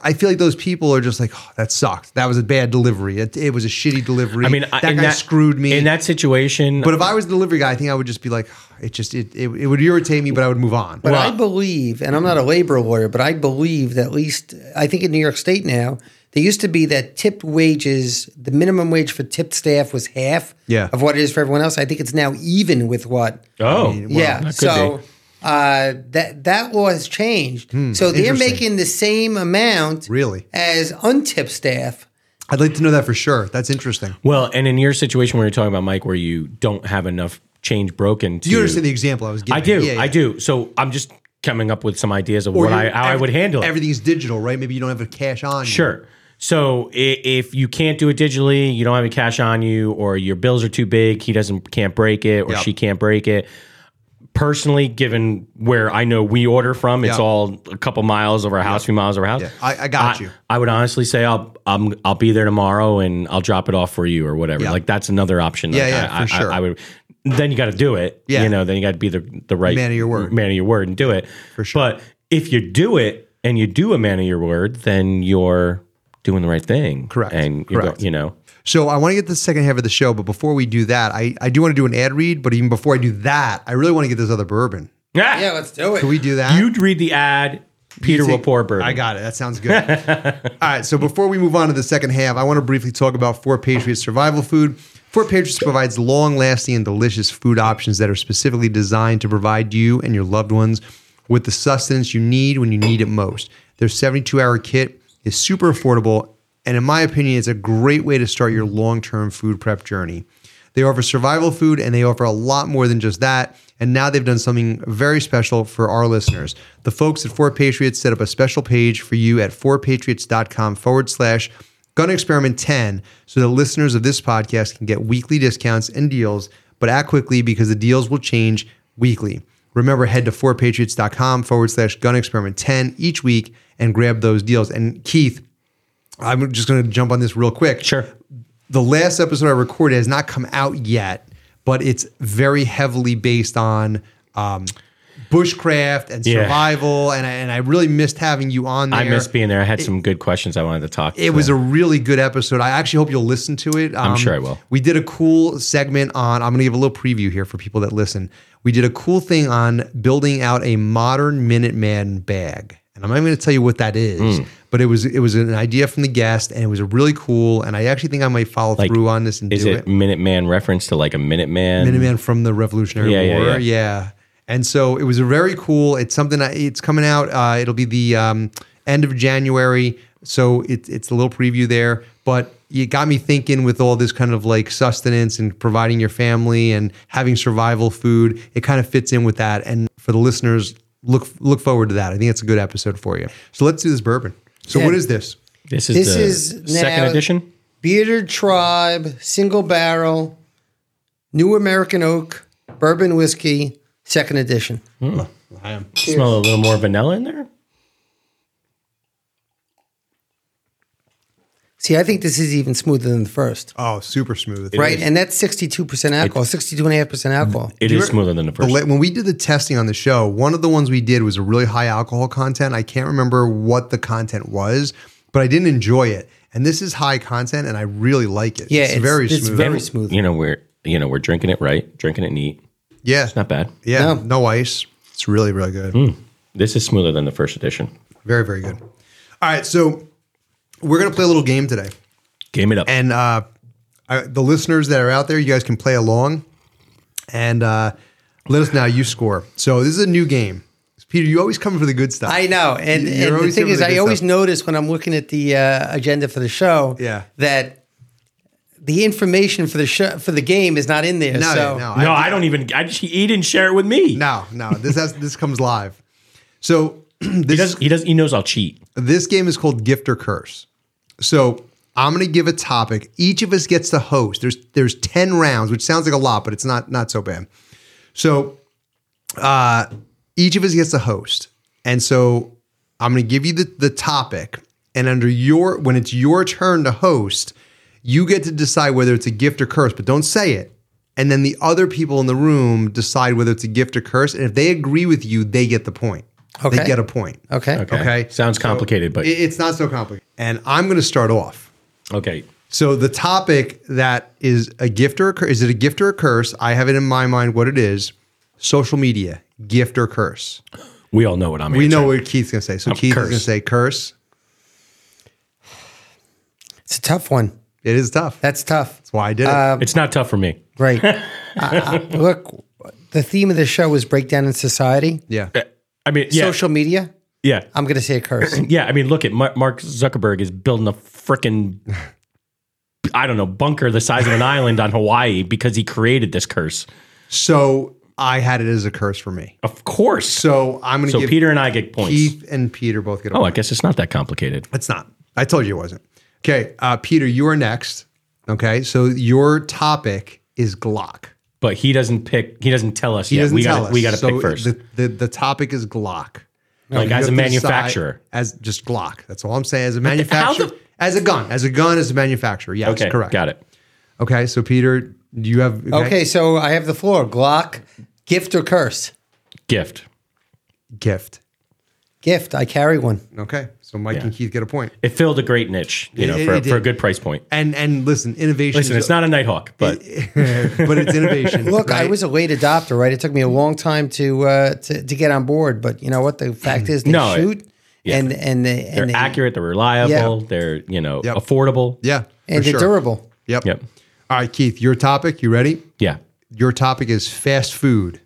I feel like those people are just like, oh, that sucked. That was a bad delivery. It, it was a shitty delivery. I mean, that I- guy in screwed me. in that situation. but if I was the delivery guy, I think I would just be like, "Oh, it just it, it it would irritate me, but I would move on. But Well- I believe, and I'm not mm-hmm. a labor lawyer, but I believe that at least I think in New York State now, there used to be that tipped wages, the minimum wage for tipped staff was half Yeah. of what it is for everyone else. I think it's now even with what. oh, yeah. that could So uh, that that law has changed. so they're Hmm, interesting. making the same amount Really? as untipped staff. I'd like to know that for sure. That's interesting. Well, and in your situation where you're talking about Mike, where you don't have enough change broken, to, Do you understand the example I was I giving? do, Yeah, I yeah. do. So I'm just coming up with some ideas of Or what I you're- how I ev- would handle it. Everything's digital, right? Maybe you don't have a cash on. you. Sure. So i- if you can't do it digitally, you don't have any cash on you, or your bills are too big, he doesn't can't break it, or Yep. she can't break it. personally, given where I know we order from, it's Yeah. all a couple miles over our house, few miles over our house. Yeah, I- I got you. I would honestly say I'll I'm, I'll be there tomorrow and I'll drop it off for you or whatever. Yeah. Like that's another option. Yeah, Like, yeah, I, for I- sure. I, would. Then you got to do it. Yeah. you know. Then you got to be the the right Man of your word. man of your word, and do it for sure. But if you do it and you do a man of your word, then you're doing the right thing. Correct. And you're go- Correct. you know. So I want to get to the second half of the show, but before we do that, I, I do want to do an ad read, but even before I do that, I really want to get this other bourbon. Yeah. Yeah, let's do it. Can we do that? Ah! You'd read the ad. Peter will pour bourbon. I got it. That sounds <laughs> good. All right. So before we move on to the second half, I want to briefly talk about Four Patriots survival food. Four Patriots provides long lasting and delicious food options that are specifically designed to provide you and your loved ones with the sustenance you need when you need it most. Their 72 hour kit is super affordable. And in my opinion, it's a great way to start your long term food prep journey. They offer survival food and they offer a lot more than just that. And now they've done something very special for our listeners. The folks at Four Patriots set up a special page for you at fourpatriots.com forward slash gun experiment 10 so the listeners of this podcast can get weekly discounts and deals, but act quickly because the deals will change weekly. Remember, head to fourpatriots.com forward slash gun experiment 10 each week and grab those deals. And Keith, I'm just going to jump on this real quick Sure. the last episode I recorded has not come out yet, but it's very heavily based on um, bushcraft and Yeah. survival, and I, and I really missed having you on there. I miss being there. I had some good questions I wanted to talk. It was a really good episode. I actually hope you'll listen to it. Um, sure I will. We did a cool segment on. I'm going to give a little preview here for people that listen. We did a cool thing on building out a modern Minuteman bag, and I'm not going to tell you what that is, Hmm. but it was it was an idea from the guest, and it was really cool. And I actually think I might follow through on this and is do it Minuteman reference to like a Minuteman? Minuteman from the Revolutionary Yeah, yeah, War. Yeah, yeah. And so it was a very cool. It's something. I, it's coming out. Uh, it'll be the um, end of January. So it, it's a little preview there. But it got me thinking with all this kind of like sustenance and providing your family and having survival food. It kind of fits in with that. And for the listeners, look look forward to that. I think it's a good episode for you. So let's do this bourbon. So Yeah. what is this? This is This the is second now- edition. Bearded Tribe, single barrel, New American Oak, bourbon whiskey, second edition. Smell a little more vanilla in there. See, I think this is even smoother than the first. Oh, super smooth. right? And that's 62% alcohol, 62.5% alcohol. It is smoother than the The first. la- when we did the testing on the show, one of the ones we did was a really high alcohol content. I can't remember what the content was, but I didn't enjoy it. And this is high content, and I really like it. Yeah, it's, very it's smooth. very smooth. you know we're you know we're drinking it right, drinking it neat. yeah, Not bad. yeah, No. Mm. no. ice. It's really, really good. This is smoother than the first edition. Very, very good. All right, so we're gonna play a little game today, Game it up. and uh, I, the listeners that are out there, you guys can play along, and uh, let us know how you score. So this is a new game. Peter, you always come for the good stuff. I know. And, You're and the always thing doing is, really I good always stuff. notice when I'm looking at the uh, agenda for the show Yeah. that the information for the show, for the game is not in there. no, so no, no, I, don't even. I just, he didn't share it with me. No, no. This has this comes live. So <clears throat> he this does. He does. He knows I'll cheat. this game is called Gift or Curse. So I'm gonna give a topic. Each of us gets to host. There's there's ten rounds, which sounds like a lot, but it's not not so bad. So uh, each of us gets to host, and so I'm gonna give you the the topic, and under your when it's your turn to host, you get to decide whether it's a gift or curse, but don't say it. And then the other people in the room decide whether it's a gift or curse, and if they agree with you, they get the point. They Okay. get a point. Okay. Okay. Sounds complicated, but It- It's not so complicated. And I'm going to start off. okay. So the topic that is a gift or a curse, is it a gift or a curse? I have it in my mind what it is. Social media, gift or curse. We all know what I'm. We know what Keith's going to say. So Keith is curse. going to say curse. It's a tough one. It is tough. That's That's tough. why I did it. It's not tough for me. <laughs> Right. uh, uh, look, the theme of the show is breakdown in society, yeah. I mean, yeah, social media. yeah, I'm going to say <clears throat> a curse. yeah. I mean, look at Mar- Mark Zuckerberg is building a freaking. I don't know, bunker the size of an <laughs> island on Hawaii because he created this curse. So I had it as a curse for me. Of course. So I'm going to So give Peter and I get points. Keith and Peter both get a Oh, I point. guess it's not that complicated. It's not. I told you it wasn't. Okay. Uh, Peter, you are next. Okay. So your topic is Glock. but he doesn't pick. He doesn't tell us He yet. doesn't we tell gotta, us. We got to So pick first. The, the, the topic is Glock. You have like as a to decide- manufacturer, as just Glock. That's all I'm saying. As a the- how manufacturer, the- as a gun, as a gun, as a manufacturer. Yes, okay, correct. Got it. Okay, so Peter, do you have Okay, so I have the floor. Glock, gift or curse? Gift. gift? Gift. I carry one. Okay, so Mike and Keith get a point. It filled a great niche, you It- know, it- for, it for a did. good price point. And and listen, innovation. Listen, is- it's not a Nighthawk, but <laughs> but it's innovation. Look, I right? was a late adopter, right? It took me a long time to uh, to, to get on board, but you know what? The fact is, they No, it- shoot, and and they they're and they, accurate, they're reliable, they're you know Yep. affordable. yeah, and for sure. they're durable. Yep. Yep. All right, Keith, your topic. You ready? Yeah. Your topic is fast food.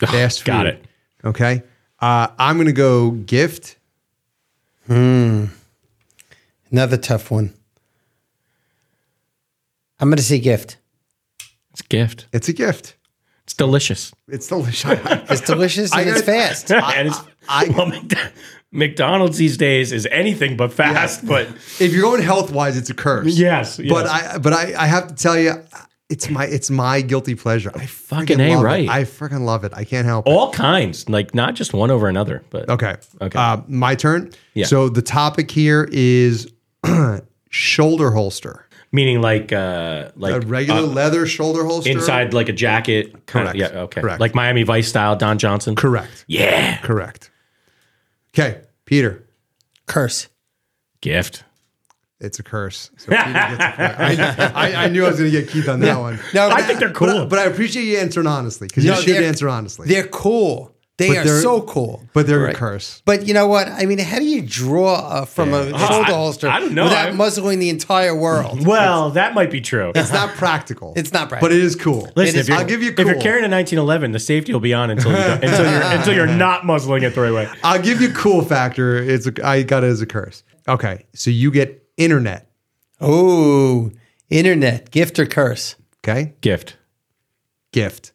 Fast food. got it. Okay. Uh, I'm gonna go gift. Another tough one. I'm going to say gift. It's a gift. It's a gift. It's delicious. It's delicious. <laughs> It's delicious and it's gotta- fast. and it's, I- well, <laughs> Mc- McDonald's these days is anything but <laughs> fast, but <laughs> if you're going health wise, it's a curse. Yes, yes. But I but I, I have to tell you, it's my it's my guilty pleasure. I Fucking freaking A, love it. right. I freaking love it. I can't help. it. all kinds, like not just one over another, but Okay. Oh. Okay. Uh, my turn. Yeah. So the topic here is <clears throat> shoulder holster, meaning like uh like a regular leather shoulder holster inside like a jacket. Kind Correct. Of, yeah, okay. Correct. Like Miami Vice style, Don Johnson. Correct. Yeah. Correct. Okay, Peter. Curse. Gift. It's a curse. So Peter gets a point. <laughs> I, I, I knew I was going to get Keith on that one. No, I think they're cool. But, but I appreciate you answering honestly because No, you should they're- answer honestly. <laughs> they're cool. They But are they're- so cool. But they're a curse. But you know what? I mean, how do you draw uh, from a shoulder I- holster I don't know. without I- muzzling the entire world? Well, that might be true. It's not practical. It's not But it is cool. Listen, It if is- you're, I'll give you if you're cool. carrying a 1911, the safety will be on <laughs> until you don't- until you're until you're not muzzling it the right way. I'll give you cool factor. It's a, I got it as a curse. Okay, so you get internet. Oh, internet, gift or curse? Okay, Gift. gift.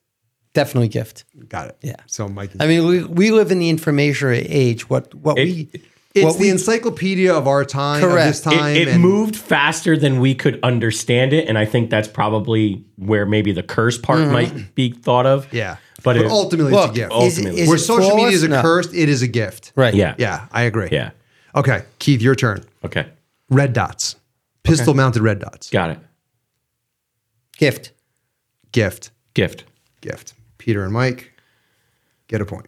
Definitely gift. Got it. Yeah. So Mike, I mean, we, we live in the information age. What what we it's what the encyclopedia of our time. Of Correct. this It- time. It, it and- moved faster than we could understand it, and I think that's probably where maybe the curse part might be thought of. Mm-hmm. Yeah. but, it, ultimately, it's look a gift. is, Ultimately. is Where it social media flawless? is a No. curse, it is a gift. right? yeah, Yeah, I agree. yeah. Okay, Keith, your turn. Okay, Red dots. Pistol mounted red dots. got it. gift. Gift. Gift. Gift. Peter and Mike get a point.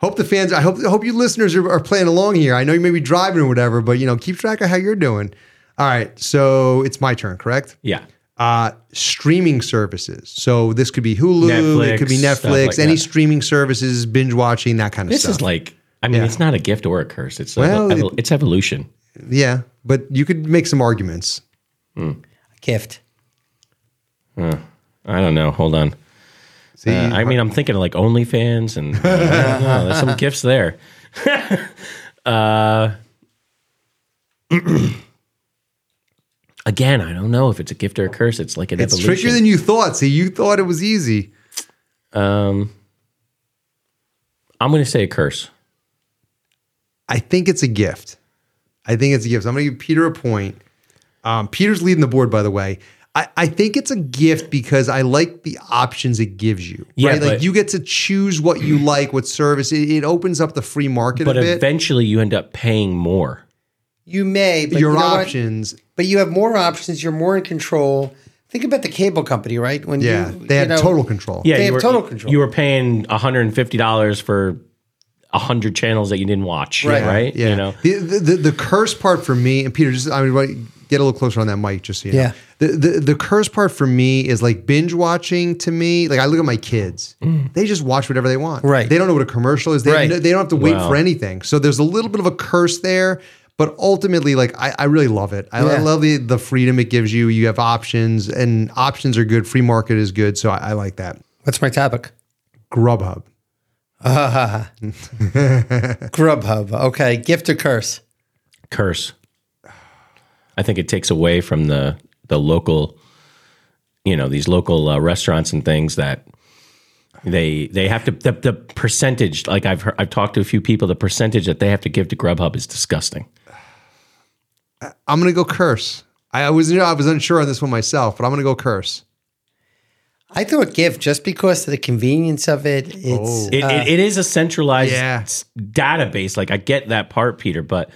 Hope the fans, I hope, hope you listeners are, are playing along here. I know you may be driving or whatever, but you know, keep track of how you're doing. All right, so it's my turn, correct? Yeah, uh, streaming services. So this could be Hulu, it could be Netflix, stuff Netflix, like any that. streaming services, binge watching, that kind of this stuff. is like. I mean, it's not a gift or a curse. It's Well, well, it's evolution. yeah, but you could make some arguments. Gift. I don't know. Hold on. See, Uh, I mean, I'm thinking of like OnlyFans and uh, I don't know, there's some gifts there. <laughs> uh, <clears throat> again, I don't know if it's a gift or a curse. It's like an it's trickier evolution. than you thought. See, you thought it was easy. um, I'm going to say a curse. I think it's a gift. I think it's a gift. So I'm going to give Peter a point. Um, Peter's leading the board, by the way. I, I think it's a gift because I like the options it gives you. Yeah, right? like but- you get to choose what you like, what service. It, it opens up the free market But a bit. eventually you end up paying more. You may, but Your you know what? options But you have more options. You're more in control. Think about the cable company, right? When Yeah, you, they you had know, total control. Yeah, They you have were, total control. You were paying $150 for 100 channels that you didn't watch. Right. Right. Right. yeah. You know? the, the the the curse part for me and Peter, just I mean, right, get a little closer on that mic, just so you Yeah. know. The, the the curse part for me is like binge watching. To me, like I look at my kids, Mm. they just watch whatever they want. Right. They don't know what a commercial is. They Right. they don't have to wait Wow. for anything. So there's a little bit of a curse there. But ultimately, like I, I really love it. I, I Yeah. love the, the freedom it gives you. You have options, and options are good. Free market is good, so I, I like that. What's my topic? Grubhub, Grubhub. Okay, gift or curse? curse. I think it takes away from the the local, you know, these local uh, restaurants and things that they they have to the, the percentage. Like I've heard, I've talked to a few people, the percentage that they have to give to Grubhub is disgusting. I'm gonna go curse. I, I was I was unsure on this one myself, but I'm gonna go curse. I thought GIF just because of the convenience of it. It's Oh. It, it, it is a centralized Yeah. s- database. Like I get that part, Peter, but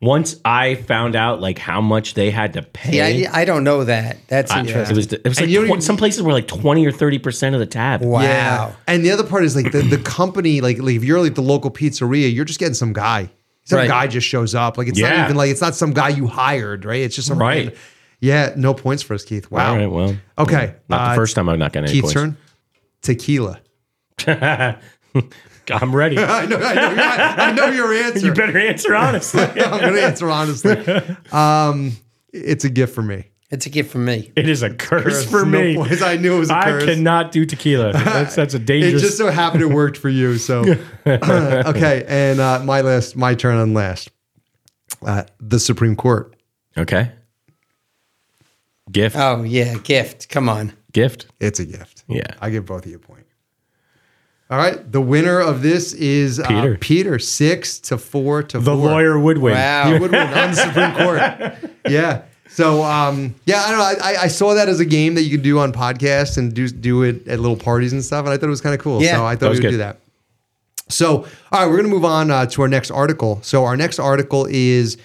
once I found out like how much they had to pay, yeah, I, I don't know that. That's I- it interesting. was it was And like you don't twen- even- some places were like twenty or thirty percent of the tab. Wow. And the other part is like the, <clears throat> the company, like, like if you're like the local pizzeria, you're just getting some guy. Some Right. guy just shows up. Like it's not Yeah. even like it's not some guy you hired, right? It's just some Right. random- Yeah, no points for us, Keith. Wow. All right, well, Okay. not uh, the first time I've not gotten any Keith's turn. points. Tequila. I'm <laughs> ready. I know, I know, your- I know your answer. <laughs> you better answer <laughs> honestly. I'm going to answer honestly. Um, it's a gift for me. It's a gift from me. <laughs> it is a curse, curse. for No me. points. I knew it was a I curse. cannot <laughs> do tequila. That's that's a It dangerous. just so happened it worked for you. So, <laughs> okay. And uh, my last, my turn on last. Uh, the Supreme Court. okay. Uh, Gift. Oh yeah, gift. Come on. gift. It's a gift. Yeah. I give both of you a point. All right. The winner of this is uh, Peter. Peter. six to four to The four. lawyer would win. He Wow. would win on the Supreme <laughs> Court. Yeah. So um, yeah, I don't know. I, I saw that as a game that you could do on podcasts and do do it at little parties and stuff, and I thought it was kind of cool. Yeah. so I That thought we was would good. do that. So all right, we're gonna move on uh, to our next article. So our next article is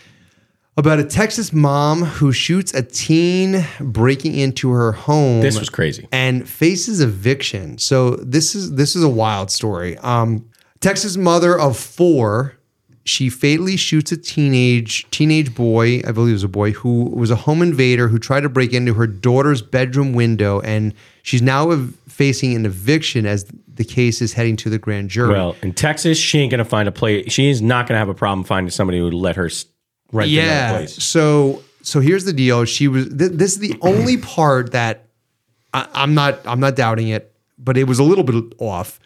about a Texas mom who shoots a teen breaking into her home This was crazy. and faces eviction. So this is this is a wild story. Um, Texas mother of four, she fatally shoots a teenage teenage boy, I believe it was a boy, who was a home invader who tried to break into her daughter's bedroom window, and she's now ev- facing an eviction as the case is heading to the grand jury. Well, in Texas, she ain't gonna find a place. She is not gonna have a problem finding somebody who would let her s- rent another yeah. place. So so here's the deal. She was. Th- this <clears throat> is the only part that I, I'm not. I'm not doubting it, but it was a little bit off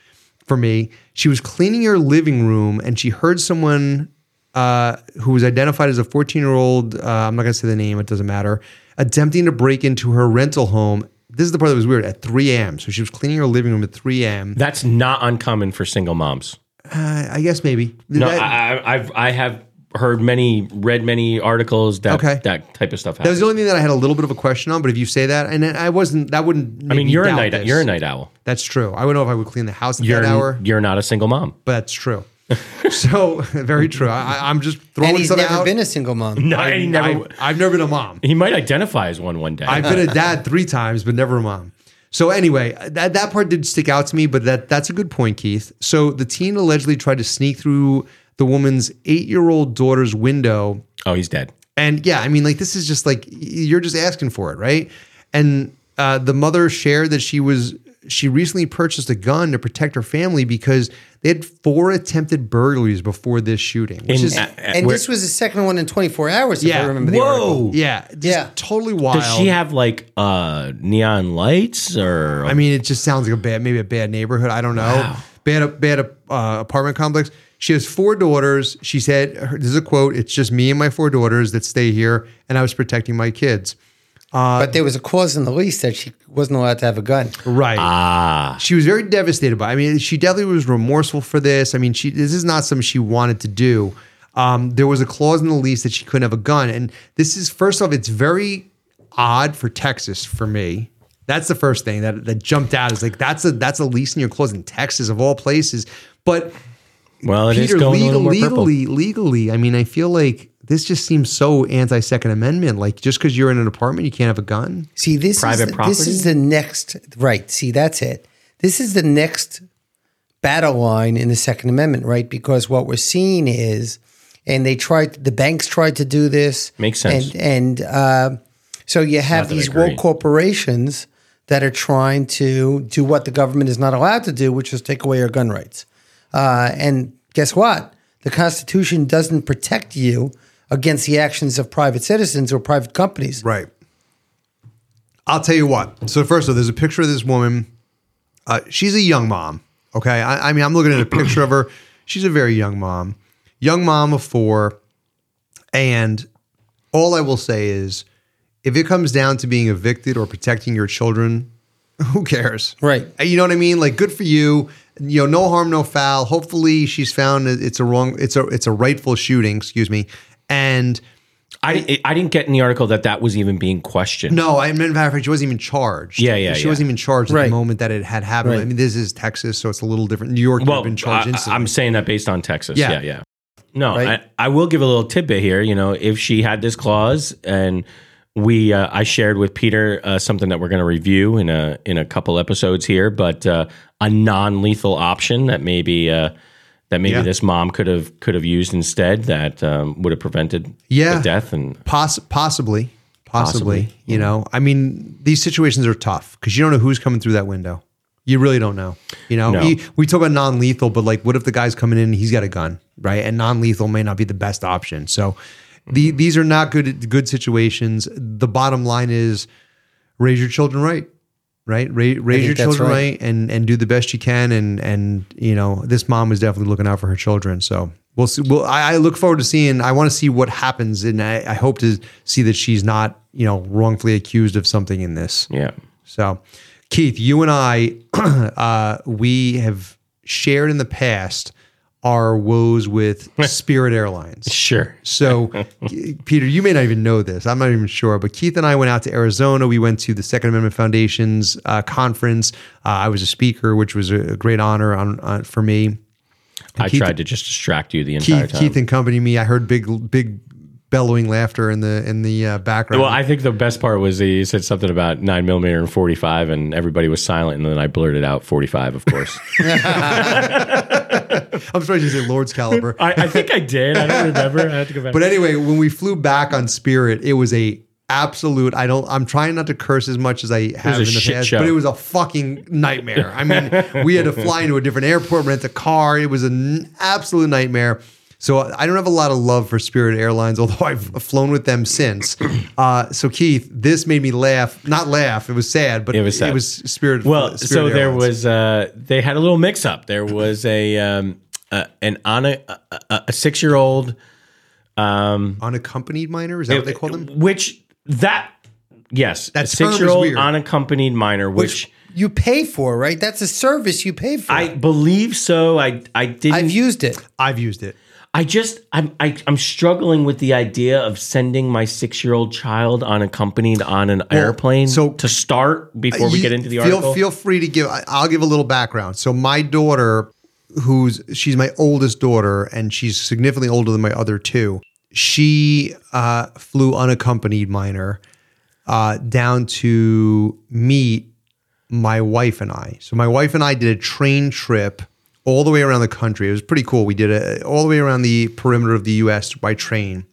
for me. She was cleaning her living room and she heard someone uh, who was identified as a 14 year old. Uh, I'm not gonna say the name. It doesn't matter. Attempting to break into her rental home. This is the part that was weird at 3 a.m. So she was cleaning her living room at 3 a.m. That's not uncommon for single moms. Uh, I guess maybe. No, That- I, I- I've I have heard many, read many articles that Okay. that type of stuff that was happens. the only thing that I had a little bit of a question on, but if you say that, and I wasn't, that wouldn't. I mean, you're a night this. you're a night owl. That's true. I would know if I would clean the house at You're that hour, you're not a single mom. but that's <laughs> true. so <laughs> very true. I, I- I'm just throwing And he's something never out. been a single mom. No, I, he never. have never been a <laughs> mom. he might identify as one one day. I've been a dad three times, but never a mom. So anyway, that, that part did stick out to me, but that that's a good point, Keith. So the teen allegedly tried to sneak through the woman's eight-year-old daughter's window oh, he's dead. And yeah, I mean, like this is just like y- you're just asking for it, right? And uh, the mother shared that she was she recently purchased a gun to protect her family because they had four attempted burglaries before this shooting, which In- is a- a- And where- this was the second one in 24 hours, if Yeah. I remember the article. yeah, just Yeah. totally wild. Does she have like uh neon lights or I mean, it just sounds like a bad, maybe a bad neighborhood. I don't know. Bad, bad uh, apartment complex. She has four daughters. She said, her- "This is a quote. It's just me and my four daughters that stay here, and I was protecting my kids." but there was a clause in the lease that she wasn't allowed to have a gun. Right. ah she was very devastated by. It. I mean, she definitely was remorseful for this. I mean, she this is not something she wanted to do. Um, there was a clause in the lease that she couldn't have a gun, and this is first off, it's very odd for Texas for me. That's the first thing that that jumped out is like that's a that's a lease in your clause in Texas of all places. But well it is Peter, going a legal, little more purple. legally, legally, I mean, I feel like this just seems so anti Second Amendment. Like just because you're in an apartment, you can't have a gun. See, this Private is the, property? this is the next right. See, that's it. This is the next battle line in the Second Amendment, right? Because what we're seeing is, and they tried the banks tried to do this. Makes sense. And and uh, so you have that I these agree. woke corporations that are trying to do what the government is not allowed to do, which is take away your gun rights. Uh, and guess what? The Constitution doesn't protect you against the actions of private citizens or private companies. Right. I'll tell you what. So first of all, there's a picture of this woman. Uh, she's a young mom. Okay. I, I mean, I'm looking at a picture of her. She's a very young mom, young mom of four. And all I will say is, if it comes down to being evicted or protecting your children, <laughs> who cares? Right. Uh, You know what I mean? Like, good for you. You know, no harm, no foul. Hopefully, she's found it- it's a wrong, it's a it's a rightful shooting. Excuse me. And I, I didn't get in the article that that was even being questioned. No, I mean, in fact, she wasn't even charged. Yeah, yeah, She yeah. wasn't even charged at the Right. moment that it had happened. I mean, this is Texas, so it's a little different. New York, well, you've been charged I, instantly. am saying that based on Texas. Yeah. Yeah, yeah. No, Right? I, I will give a little tidbit here. You know, if she had this clause, and we, uh, I shared with Peter uh, something that we're going to review in a in a couple episodes here, but uh, a non lethal option that maybe uh, that maybe Yeah. this mom could have could have used instead that um, would have prevented Yeah. the death and Poss- possibly, possibly, You know, I mean, these situations are tough because you don't know who's coming through that window. You really don't know. You know, No. You- we talk about non-lethal, but like, what if the guy's coming in and he's got a gun, right? And non-lethal may not be the best option. So, Mm-hmm. the, these are not good good situations. The bottom line is, raise your children right, right? Ra- raise think your that's children right. right. and and do the best you can. And and you know, this mom was definitely looking out for her children. So we'll see. Well, I, I look forward to seeing. I want to see what happens, and I, I hope to see that she's not you know wrongfully accused of something in this. yeah. So, Keith, you and I, <clears throat> uh, we have shared in the past our woes with Spirit Airlines. Sure. <laughs> So, K- Peter, you may not even know this. I'm not even sure, but Keith and I went out to Arizona. We went to the Second Amendment Foundation's uh, conference. Uh, I was a speaker, which was a a great honor on, on, for me. I Keith- tried to just distract you the entire Keith, time. Keith accompanied me. I heard big, big bellowing laughter in the in the uh, background. Well, I think the best part was he said something about nine millimeter and forty five, and everybody was silent, and then I blurted out forty five, of course. I'm sorry to say Lord's <laughs> caliber. <laughs> I, I think I did. I don't remember. I had to go back. But anyway, when we flew back on Spirit, it was a absolute. I don't. I'm trying not to curse as much as I have a in the shit past, show. but it was a fucking nightmare. I <laughs> mean, we had to fly into a different airport, rent a car. It was an absolute nightmare. So I don't have a lot of love for Spirit Airlines, although I've flown with them <clears throat> since. Uh, so Keith, this made me laugh. Not laugh. It was sad, but It was sad. Spirit. well, Spirit so there Airlines. was uh, they had a little mix up. There was a um, uh, an on a, a, a six year old, unaccompanied minor. Is that what they call them? which that yes, That term a is six year old weird. unaccompanied minor, which, You pay for right? That's a service you pay for. I believe so. I I didn't. I've used it. I've used it. I just I'm I, I'm struggling with the idea of sending my six year old child unaccompanied on an airplane. so- to start before we You- get into the feel, article, Feel free to give. I- I'll give a little background. So my daughter, who's she's my oldest daughter, and she's significantly older than my other two. She uh, flew unaccompanied minor uh, down to meet my wife and I. So my wife and I did a train trip all the way around the country. It was pretty cool. We did it all the way around the perimeter of the U.S. by train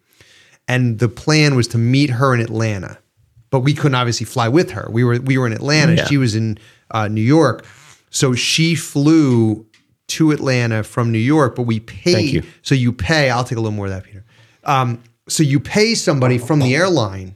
and the plan was to meet her in Atlanta, but we couldn't obviously fly with her. We were we were in Atlanta. Yeah. She was in uh, New York, so she flew to Atlanta from New York. But we paid. you. So you pay. I'll take a little more of that, Peter. Um, so you pay somebody from the airline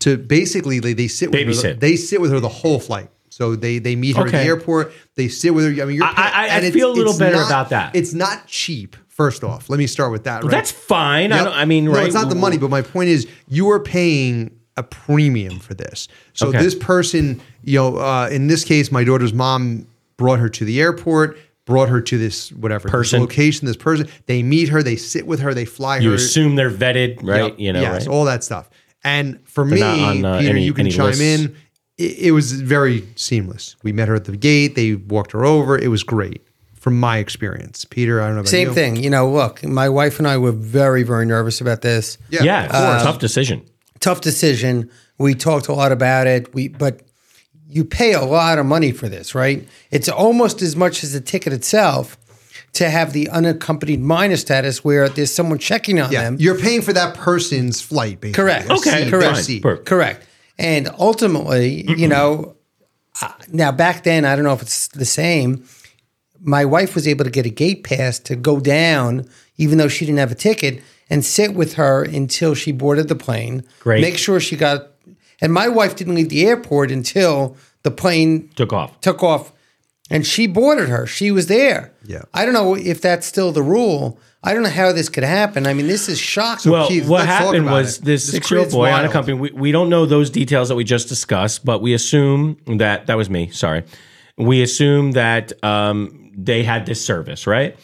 to basically they, they sit with her. Babysit. They sit with her the whole flight. So they they meet her at Okay. the airport. They sit with her. I mean, you're I- I- I and it's- feel a little it's better not- about that. It's not cheap. First off, let me start with that. Right? that's fine. I, Yep. don't, I mean, no, right? it's not the money, but my point is you are paying a premium for this. So Okay. this person, you know, uh, in this case, my daughter's mom brought her to the airport, brought her to this whatever this Person. location, this person. They meet her, they sit with her, they fly You her. assume they're vetted, right? Yep. You know, yes, Oh, right? all that stuff. And for me, not on, uh, Peter, any- you can any chime lists. in. It, it was very seamless. We met her at the gate. They walked her over. It was great, from my experience. Peter, I don't know. About Same you. thing. You know, look, my wife and I were very, very nervous about this. yeah, of course. tough decision. Tough decision. We talked a lot about it. We but you pay a lot of money for this, right? It's almost as much as the ticket itself to have the unaccompanied minor status where there's someone checking on Yeah, them. you're paying for that person's flight, basically. Um, Correct. Their Okay, seat, correct. their Fine. seat. Perfect. Correct. And ultimately, you know, uh, now back then, I don't know if it's the same. My wife was able to get a gate pass to go down, even though she didn't have a ticket, and sit with her until she boarded the plane. Great. Make sure she got, and my wife didn't leave the airport until the plane Took off. took off and she boarded her. She was there. Yeah. I don't know if that's still the rule. I don't know how this could happen. I mean, this is shocking. Well, Keith, what let's talk happened about was it. this This six-year-old creates boy wild. on a company. We, we don't know those details that we just discussed, but we assume that that was me. Sorry, we assume that um, they had this service, right?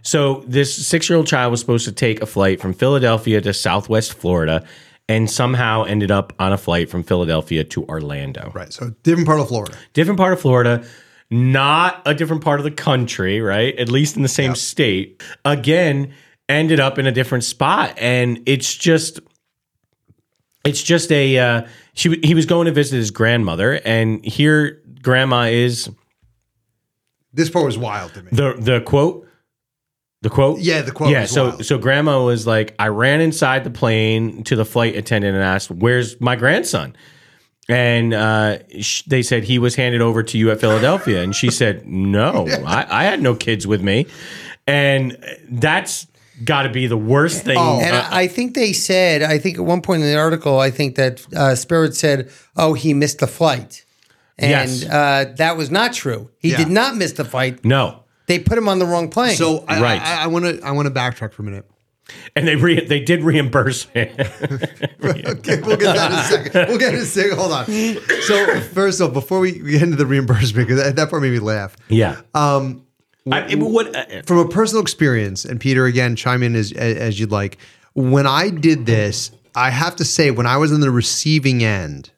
So this six-year-old child was supposed to take a flight from Philadelphia to Southwest Florida, and somehow ended up on a flight from Philadelphia to Orlando. Right. So different part of Florida. Different part of Florida, not a different part of the country, right? At least in the same state. Again, ended up in a different spot. And it's just it's just a uh, she w- he was going to visit his grandmother and here grandma is This part was wild to me. the the quote the quote yeah, the quote. yeah was so wild. so grandma was like i ran inside the plane to the flight attendant and asked where's my grandson and uh, sh- they said he was handed over to you at philadelphia and she <laughs> said no I, I had no kids with me and that's got to be the worst thing Oh. And uh, I I think they said, I think at one point in the article, I think that uh, Spirit said, oh, he missed the flight. And Yes. uh, that was not true. He Yeah. did not miss the flight. no They put him on the wrong plane. So I, Right. I, I want to I want to backtrack for a minute. and they re- they did reimburse him <laughs> Okay, we'll get that in a second. We'll get it in a second. Hold on. So first off, before we, we get into the reimbursement, because that, that part made me laugh. <laughs> yeah um I, it- what uh, From a personal experience, and Peter again, chime in as as you'd like. When I did this, I have to say, when I was on the receiving end,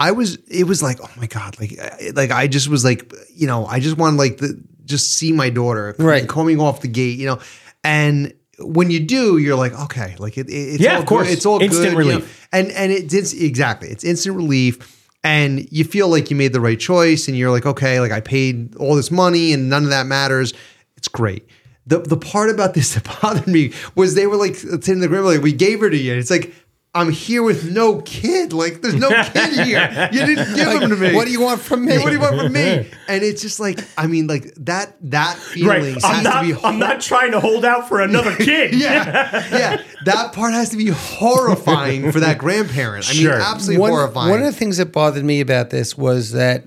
I was it was like, oh my god, like I- like I just was like, you know, I just wanted like the just see my daughter Right. coming off the gate, you know, and. When you do, you're like, okay, like it, it- it's Yeah, all of course. good, it's all good, Instant you know. relief. and and it's, it's exactly it's instant relief and you feel like you made the right choice and you're like okay like i paid all this money and none of that matters it's great the the part about this <laughs> that bothered me was they were like saying to the grandma like we gave her to you and it's like i'm here with no kid like there's no kid here you <laughs> didn't give him to me what do you want from me? Yeah, what do you want from me? And it's just like, I mean, like that that feeling right has i'm not to be i'm not trying to hold out for <laughs> another <laughs> kid yeah, yeah. That part has to be horrifying for that grandparent. I mean, Sure. absolutely horrifying. One of the things that bothered me about this was that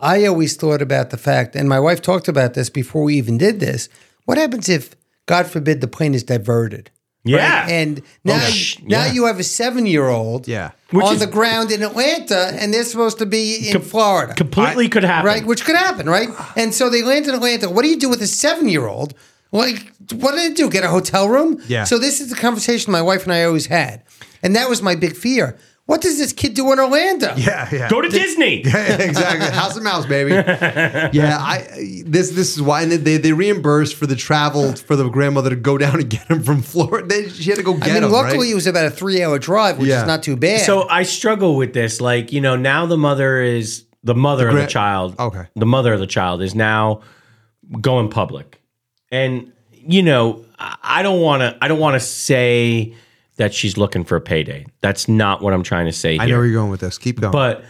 I always thought about the fact, and my wife talked about this before we even did this. What happens if, God forbid, the plane is diverted? yeah And now, sh- now yeah. you have a seven year old Oh, Yeah. Which on is- the ground in Atlanta, and they're supposed to be in Florida. completely could happen Right? Which could happen, right? And so they land in Atlanta. What do you do with a seven year old? Like, what do they do? Get a hotel room? Yeah. So this is the conversation my wife and I always had. And that was my big fear. What does this kid do in Orlando? <laughs> yeah, yeah. <laughs> Go to Disney. exactly. House and Mouse, <laughs> baby. Yeah, I this this is why and they they reimbursed for the travel for the grandmother to go down and get him from Florida. They, she had to go get I mean, him. luckily right? it was about a three hour drive, which Yeah. is not too bad. So I struggle with this. Like, you know, now the mother is the mother of gra- the child. Okay. The mother of the child is now going public. And, you know, I I don't wanna I don't wanna say that she's looking for a payday. That's not what I'm trying to say here. I know where you're going with this. Keep going. But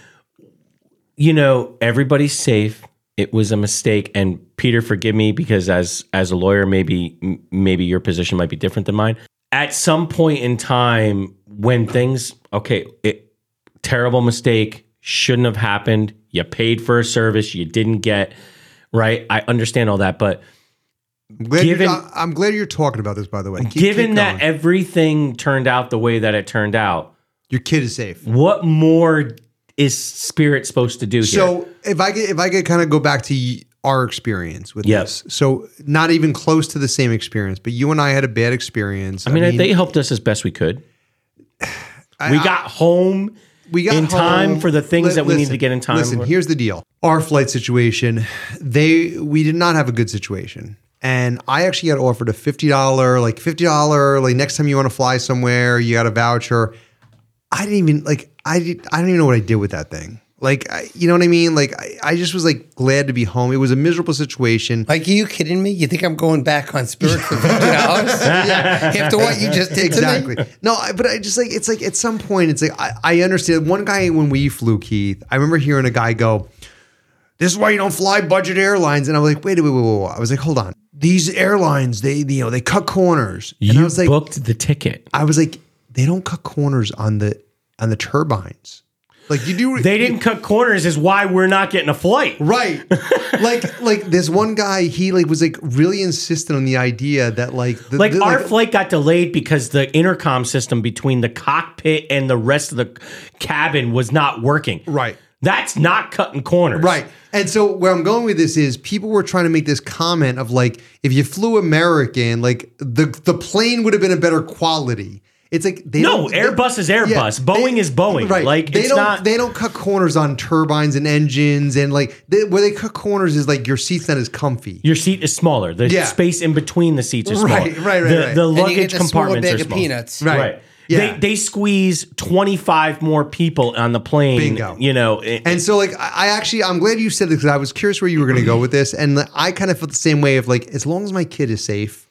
you know, everybody's safe. It was a mistake, and Peter, forgive me because as as a lawyer, maybe m- maybe your position might be different than mine. At some point in time, when things okay, it, terrible mistake shouldn't have happened. You paid for a service you didn't get. Right, I understand all that, but I'm, glad you're- given- I- I'm glad you're talking about this. By the way, Keep- keep given that going. everything turned out the way that it turned out, your kid is safe. what more is Spirit supposed to do? here? So if I could, if I could kind of go back to y- our experience with Yep. this, so not even close to the same experience, but you and I had a bad experience. I mean, they helped us as best <sighs> we could. we got home. we got in time home. for the things Li- that we needed listen, to get in time Listen, for. here's the deal: our flight situation, they we did not have a good situation, and I actually got offered a fifty dollar, like fifty dollar, like next time you want to fly somewhere, you got a voucher. I didn't even like I did, I don't even know what I did with that thing. Like I, you know what I mean? Like I, I just was like glad to be home. It was a miserable situation. like, are you kidding me? You think I'm going back on Spirit for <laughs> fifty dollars after what you just did? exactly. To me? No, I, but I just like it's like at some point it's like I, I understand. One guy when we flew Keith, I remember hearing a guy go, "This is why you don't fly budget airlines." And I was like, "Wait, wait, wait, wait!" wait." I was like, "Hold on, these airlines they you know they cut corners." And I You was like, booked the ticket. "I was like, they don't cut corners on the on the turbines." Like you do, They didn't cut corners. Is why we're not getting a flight. Right. like like this one guy, he like was like really insistent on the idea that like the, Like the- our flight got delayed because the intercom system between the cockpit and the rest of the cabin was not working. Right. That's not cutting corners. Right. And so where I'm going with this is people were trying to make this comment of like if you flew American, like the the plane would have been a better quality. It's like they No, don't- they- Airbus is Airbus. Boeing is Boeing. Like, they it's don't not- they don't cut corners on turbines and engines and like they, where they cut corners is like your seat's not as comfy. Your seat is smaller. The Yeah. space in between the seats is smaller. Right, right, right, The, right. the And you luggage get the smaller compartments bag are of small. peanuts. Right. Right. Yeah. They they squeeze 25 more people on the plane. Bingo. You know, it- And so, like, I I actually, I'm glad you said this because I was curious where you were going to go with this, and like, I kind of felt the same way of like, as long as my kid is safe,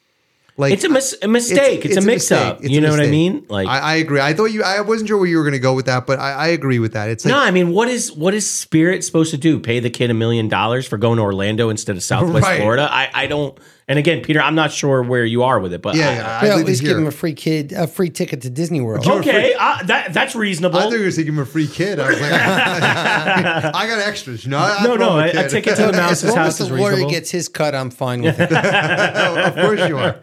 like, it's a, mis- a mistake. It's, a, mix mistake. up. It's you a know what I mistake. mean? Like, I, I agree. I thought you, I wasn't sure where you were going to go with that, but I, I agree with that. It's like, no, I mean, what is what is Spirit supposed to do? Pay the kid a million dollars for going to Orlando instead of Southwest Right. Florida? I, I don't. And again, Peter, I'm not sure where you are with it, but yeah, I- yeah, I- I'd Well, leave at it least here. give him a free kid, a free ticket to Disney World. okay, I, that that's reasonable. I thought you were going to give him a free kid. I was like, <laughs> I got extras. No, I- I no, no, brought my a, kid. a ticket <laughs> to the As mouse's long house as the is lawyer reasonable. gets his cut, I'm fine <laughs> with it. of course you are.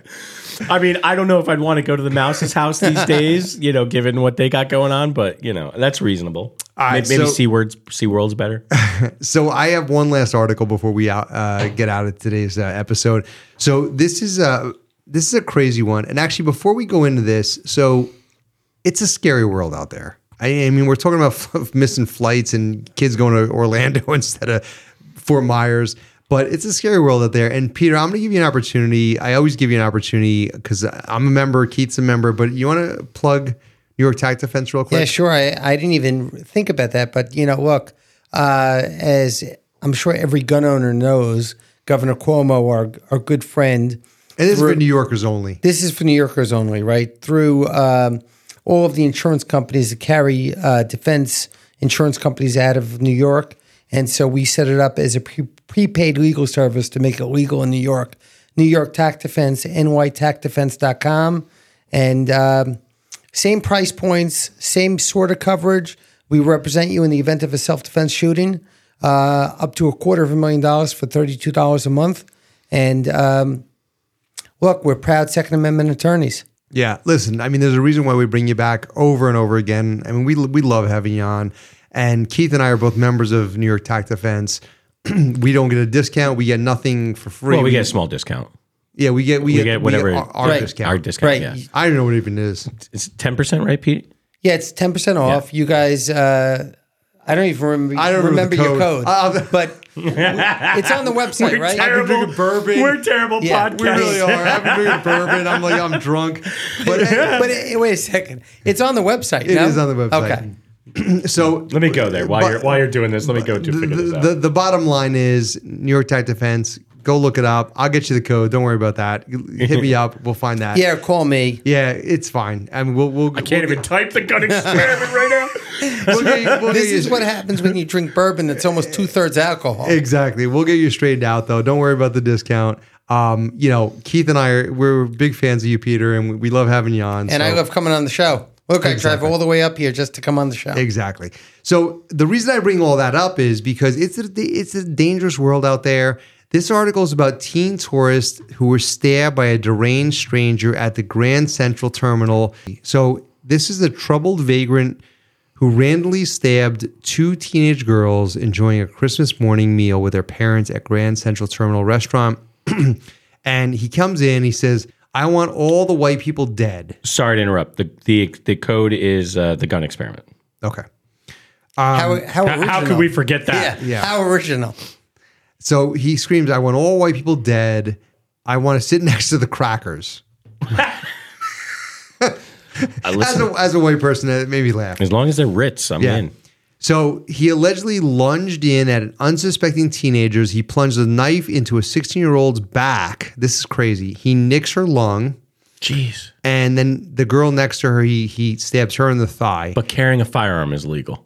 I mean, I don't know if I'd want to go to the mouse's <laughs> house these days, you know, given what they got going on, but you know, that's reasonable. All right, May- maybe so- Sea World's Sea <laughs> World's better. So I have one last article before we out, uh, get out of today's uh, episode. So this is a this is a crazy one, and actually before we go into this, so it's a scary world out there. I, I mean, we're talking about <laughs> f- missing flights and kids going to Orlando <laughs> instead of Fort Myers, but it's a scary world out there. And Peter, I'm going to give you an opportunity. I always give you an opportunity because I'm a member, Keith's a member, but you want to plug New York Tax Defense real quick? Yeah, sure. I, I didn't even think about that. But, you know, look, uh, as I'm sure every gun owner knows, Governor Cuomo, our, our good friend, And this is for New Yorkers only. this is for New Yorkers only, right? Through um, all of the insurance companies that carry uh, defense insurance companies out of New York. And so we set it up as a pre- prepaid legal service to make it legal in New York. New York Tax Defense, nytaxdefense.com. And um, same price points, same sort of coverage. We represent you in the event of a self defense shooting, uh, up to a quarter of a million dollars for $32 a month. And um, Look, we're proud Second Amendment attorneys. Yeah, listen. I mean, there's a reason why we bring you back over and over again. I mean, we we love having you on, and Keith and I are both members of New York Tax Defense. <clears throat> we don't get a discount. We get nothing for free. Well, we get a small discount. yeah, we get we, get, get whatever- our, our Right. discount. Our discount, Right. yeah. I don't know what it even is. It's 10%, right, Pete? Yeah, it's ten percent off. You guys, uh, I don't even remember. I don't remember remember, the your code. <laughs> code, Uh, but it's on the website, right? drink of bourbon. We're terrible Yeah, podcast. We really are. I've been drinking bourbon. I'm like I'm <laughs> drunk, but But it, wait a second, it's on the <laughs> website. it no? is on the website. <clears throat> Okay, so Let me go there while But- you're while you're doing this. Let me go to the, figure this the, out. the, the bottom line is New York Tax Defense. Go look it up. I'll get you the code. Don't worry about that. Hit me up. We'll find that. yeah, call me. Yeah, it's fine. I mean, we'll we'll. I can't even type the gun experiment right now. We'll get you, we'll This get you- is what happens when you drink bourbon that's almost two thirds alcohol. exactly. We'll get you straightened out, though. Don't worry about the discount. Um, you know, Keith and I are we're big fans of you, Peter, and we, we love having you on. And I so- love coming on the show. Look, I drive all the way up here just to come on the show. Exactly. So the reason I bring all that up is because it's a, it's a dangerous world out there. This article is about teen tourists who were stabbed by a deranged stranger at the Grand Central Terminal. So this is a troubled vagrant who randomly stabbed two teenage girls enjoying a Christmas morning meal with their parents at Grand Central Terminal restaurant. <clears throat> and he comes in, he says, "I want all the white people dead." <laughs> Sorry to interrupt. The the the code is uh, the gun experiment. Okay. how how How, original? how could we forget Yeah, that? Yeah. how original. So he screams, I want all white people dead. I want to sit <laughs> next to the crackers. Uh, As listen, a, as a white person, it made me laugh. as long as they're Ritz, I'm Yeah. in. So he allegedly lunged in at an unsuspecting teenager's. He plunged a knife into a 16 year old's back. This is crazy. He nicks her lung. Jeez. And then the girl next to her, he, he stabs her in the thigh. But carrying a firearm is legal.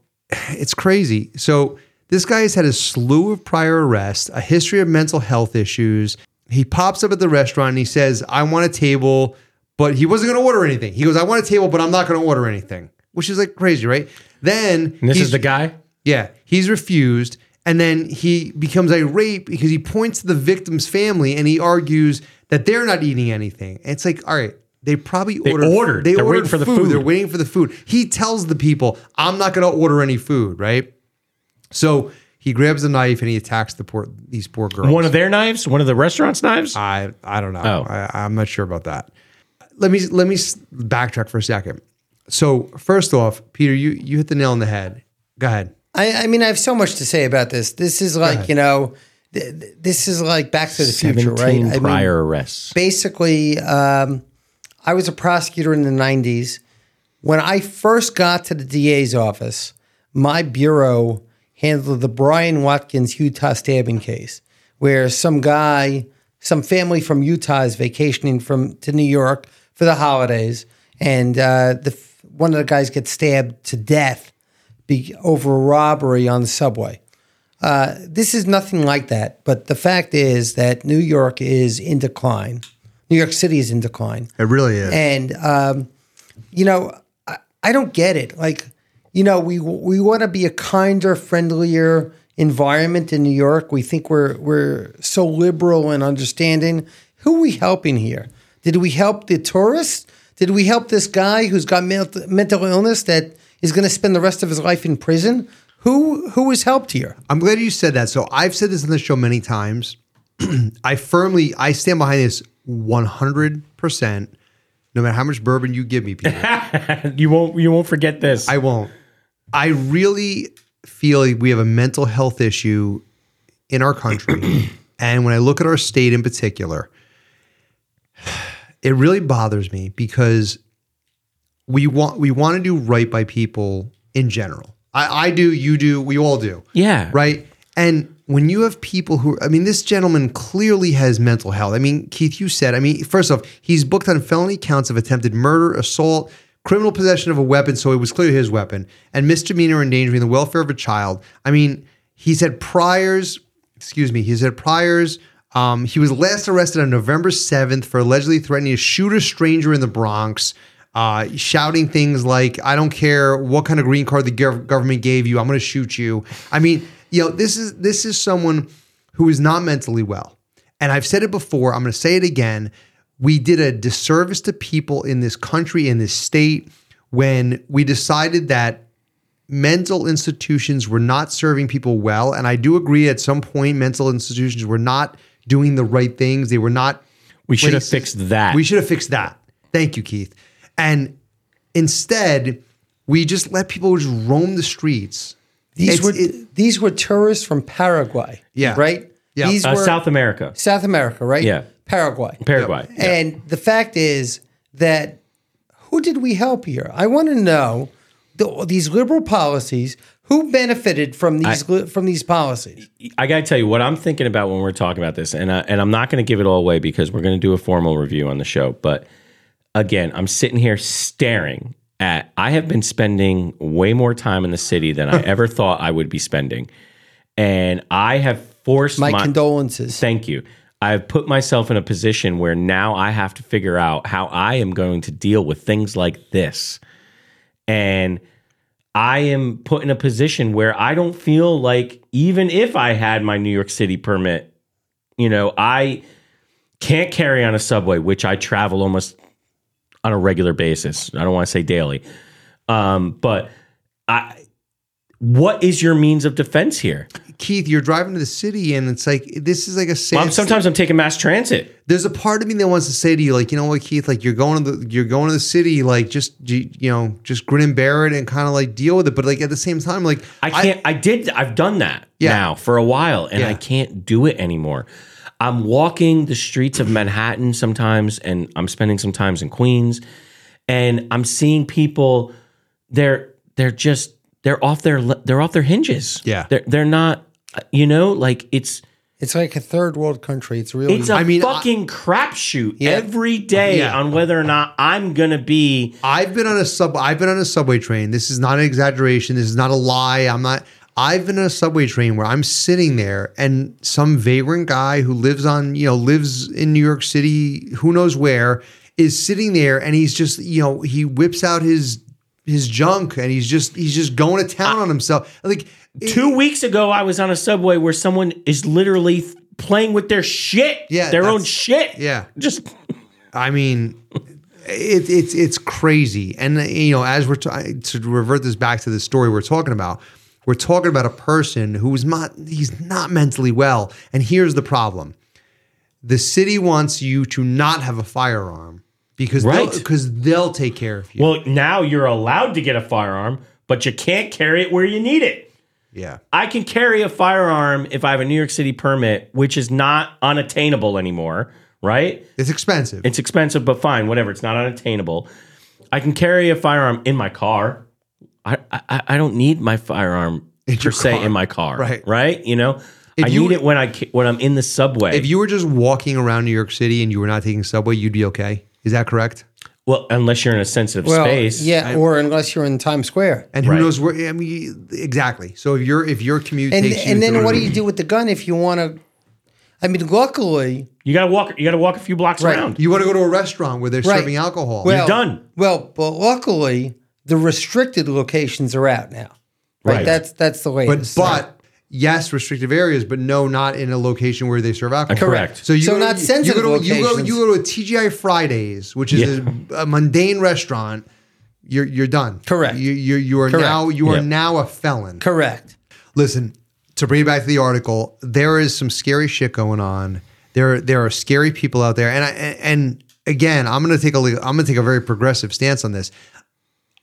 It's crazy. So this guy has had a slew of prior arrests, a history of mental health issues. He pops up at the restaurant and he says, I want a table, but he wasn't going to order anything. He goes, I want a table, but I'm not going to order anything, which is like crazy, right? Then And this he's- is the guy. yeah, he's refused. And then he becomes irate because he points to the victim's family and he argues that they're not eating anything. And it's like, all right, they probably ordered. ordered. They They're ordered waiting for the food. They're food. waiting for the food. He tells the people, I'm not going to order any food, right? So he grabs a knife and he attacks the poor these poor girls. One of their knives. One of the restaurant's knives. I I don't know. Oh. I, I'm not sure about that. let me let me s- backtrack for a second. So first off, Peter, you you hit the nail on the head. Go ahead. I, I mean, I have so much to say about this. This is like, you know, th- th- this is like Back to the Future, right? I mean, prior arrests. basically, um, I was a prosecutor in the 90s. When I first got to the DA's office, my bureau handled the Brian Watkins Utah stabbing case, where some guy, some family from Utah is vacationing from to New York for the holidays, and uh, the f- one of the guys gets stabbed to death be, over a robbery on the subway this is nothing like that. But the fact is that New York is in decline. New York City is in decline. It really is. And um, you know, I, I don't get it. Like, you know, we we want to be a kinder, friendlier environment in New York. We think we're we're so liberal and understanding. Who are we helping here? Did we help the tourists? Did we help this guy who's got ment- mental illness that is going to spend the rest of his life in prison? Who who was helped here? I'm glad you said that. So I've said this on the show many times. <clears throat> I firmly I stand behind this 100. percent No matter how much bourbon you give me, Peter, You won't you won't forget this. I won't. I really feel like we have a mental health issue in our country, and when I look at our state in particular, it really bothers me because we want we want to do right by people in general. I, I do, you do, we all do. yeah. Right. And when you have people who, I mean, this gentleman clearly has mental health. I mean, Keith, you said, I mean, first off, he's booked on felony counts of attempted murder, assault, criminal possession of a weapon, so it was clearly his weapon, and misdemeanor endangering the welfare of a child. I mean, he's had priors, excuse me, he's had priors. Um, he was last arrested on November 7th for allegedly threatening to shoot a stranger in the Bronx uh, shouting things like "I don't care what kind of green card the gov- government gave you, I'm going to shoot you." I mean, you know, this is this is someone who is not mentally well, and I've said it before. I'm going to say it again. We did a disservice to people in this country, in this state, when we decided that mental institutions were not serving people well. And I do agree at some point, mental institutions were not doing the right things. They were not we should have places- fixed that. we should have fixed that. Thank you, Keith. And instead, we just let people just roam the streets. These It's- were it- these were tourists from Paraguay. Yeah. Right? Yeah. These uh, were South America, South America, right? Yeah. Paraguay. Paraguay. And the fact is that who did we help here? I want to know the, these liberal policies. Who benefited from these li- from these policies? I gotta tell you what I'm thinking about when we're talking about this, and I, and I'm not gonna give it all away because we're gonna do a formal review on the show. But again, I'm sitting here staring at. I have been spending way more time in the city <laughs> than I ever thought I would be spending, and I have forced My, my, condolences. Thank you. I've put myself in a position where now I have to figure out how I am going to deal with things like this. And I am put in a position where I don't feel like even if I had my New York City permit, you know, I can't carry on a subway, which I travel almost on a regular basis. I don't want to say daily. Um, but I what is your means of defense here? Keith, you're driving to the city, and it's like this is like a. Well, I'm- sand- sometimes I'm taking mass transit. there's a part of me that wants to say to you, like, you know what, Keith, like you're going to the you're going to the city, like just you you know just grin and bear it and kind of like deal with it. But like at the same time, like I can't. I, did. I've done that Yeah. now for a while, and I Yeah. can't do it anymore. I'm walking the streets of Manhattan sometimes, and I'm spending some times in Queens, and I'm seeing people. They're they're just they're off their le- they're off their hinges. Yeah. they're they're not. You know, like it's It's like a third world country. It's really it's a I mean, I- fucking crapshoot Yeah. every day Yeah. on whether or not I'm gonna be. I've been on a sub. I've been on a subway train. This is not an exaggeration. This is not a lie. I'm not. I've been on a subway train where I'm sitting there, and some vagrant guy who lives on, you know, lives in New York City, who knows where, is sitting there, and he's just, you know, he whips out his his junk, and he's just he's just going to town on himself. Like it- Two weeks ago, I was on a subway where someone is literally th- playing with their shit, Yeah, their own that's- shit. yeah. just I mean, it, it's it's crazy. And uh, you know, as we're t- to revert this back to the story we're talking about, we're talking about a person who's not he's not mentally well. And here's the problem: the city wants you to not have a firearm because Right. they'll, because they'll take care of you. Well, now you're allowed to get a firearm, but you can't carry it where you need it. yeah. I can carry a firearm if I have a New York City permit, which is not unattainable anymore, right? It's expensive. It's expensive, but fine, whatever. It's not unattainable. I can carry a firearm in my car. I I, I don't need my firearm per your se car. in my car, Right. Right? You know, I you- need it when I ca- when I'm in the subway. if you were just walking around New York City and you were not taking subway, you'd be okay. Is that correct? well, unless you're in a sensitive Well, space, yeah, or unless you're in Times Square. And who Right. knows where? I mean, exactly. So if your if your commute And takes you and then through- what do you do with the gun if you want to? I mean, luckily, you gotta walk. You gotta walk a few blocks Right. around. You want to go to a restaurant where they're Right. serving alcohol. well, done. Well, but luckily, the restricted locations are out now. Right. Right. That's that's the but latest. but yes, restrictive areas, but no, not in a location where they serve alcohol. Correct. So you So go to- not sensitive you go, to, you go locations. you go to a TGI Fridays, which is a, a mundane restaurant. You're you're done. Correct. You you, you are Correct. now you are Yep. now a felon. correct. Listen, to bring it back to the article, there is some scary shit going on. There, there are scary people out there, and I, and again, I'm gonna take a I'm gonna take a very progressive stance on this.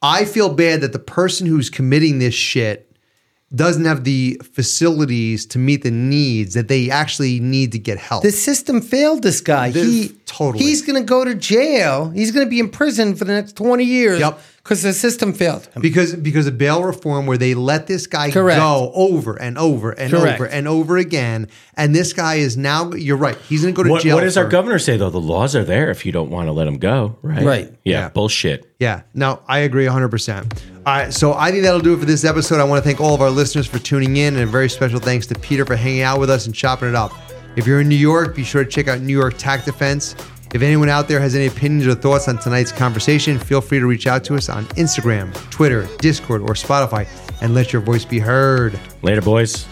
I feel bad that the person who's committing this shit doesn't have the facilities to meet the needs that they actually need to get help. The system failed this guy. This- he totally. He's going to go to jail. He's going to be in prison for the next twenty years. Yep. Because the system failed. him. because because of bail reform where they let this guy Correct. go over and over and Correct. over and over again and this guy is now you're right he's going to go to What, jail what does our for- governor say though? The laws are there if you don't want to let them go, right? Right. Yeah. Yeah. Bullshit. Yeah, no, I agree 100%. All right, so I think that'll do it for this episode. I want to thank all of our listeners for tuning in, and a very special thanks to Peter for hanging out with us and chopping it up. If you're in New York, be sure to check out New York Tack Defense. If anyone out there has any opinions or thoughts on tonight's conversation, feel free to reach out to us on Instagram, Twitter, Discord, or Spotify, and let your voice be heard. Later, boys.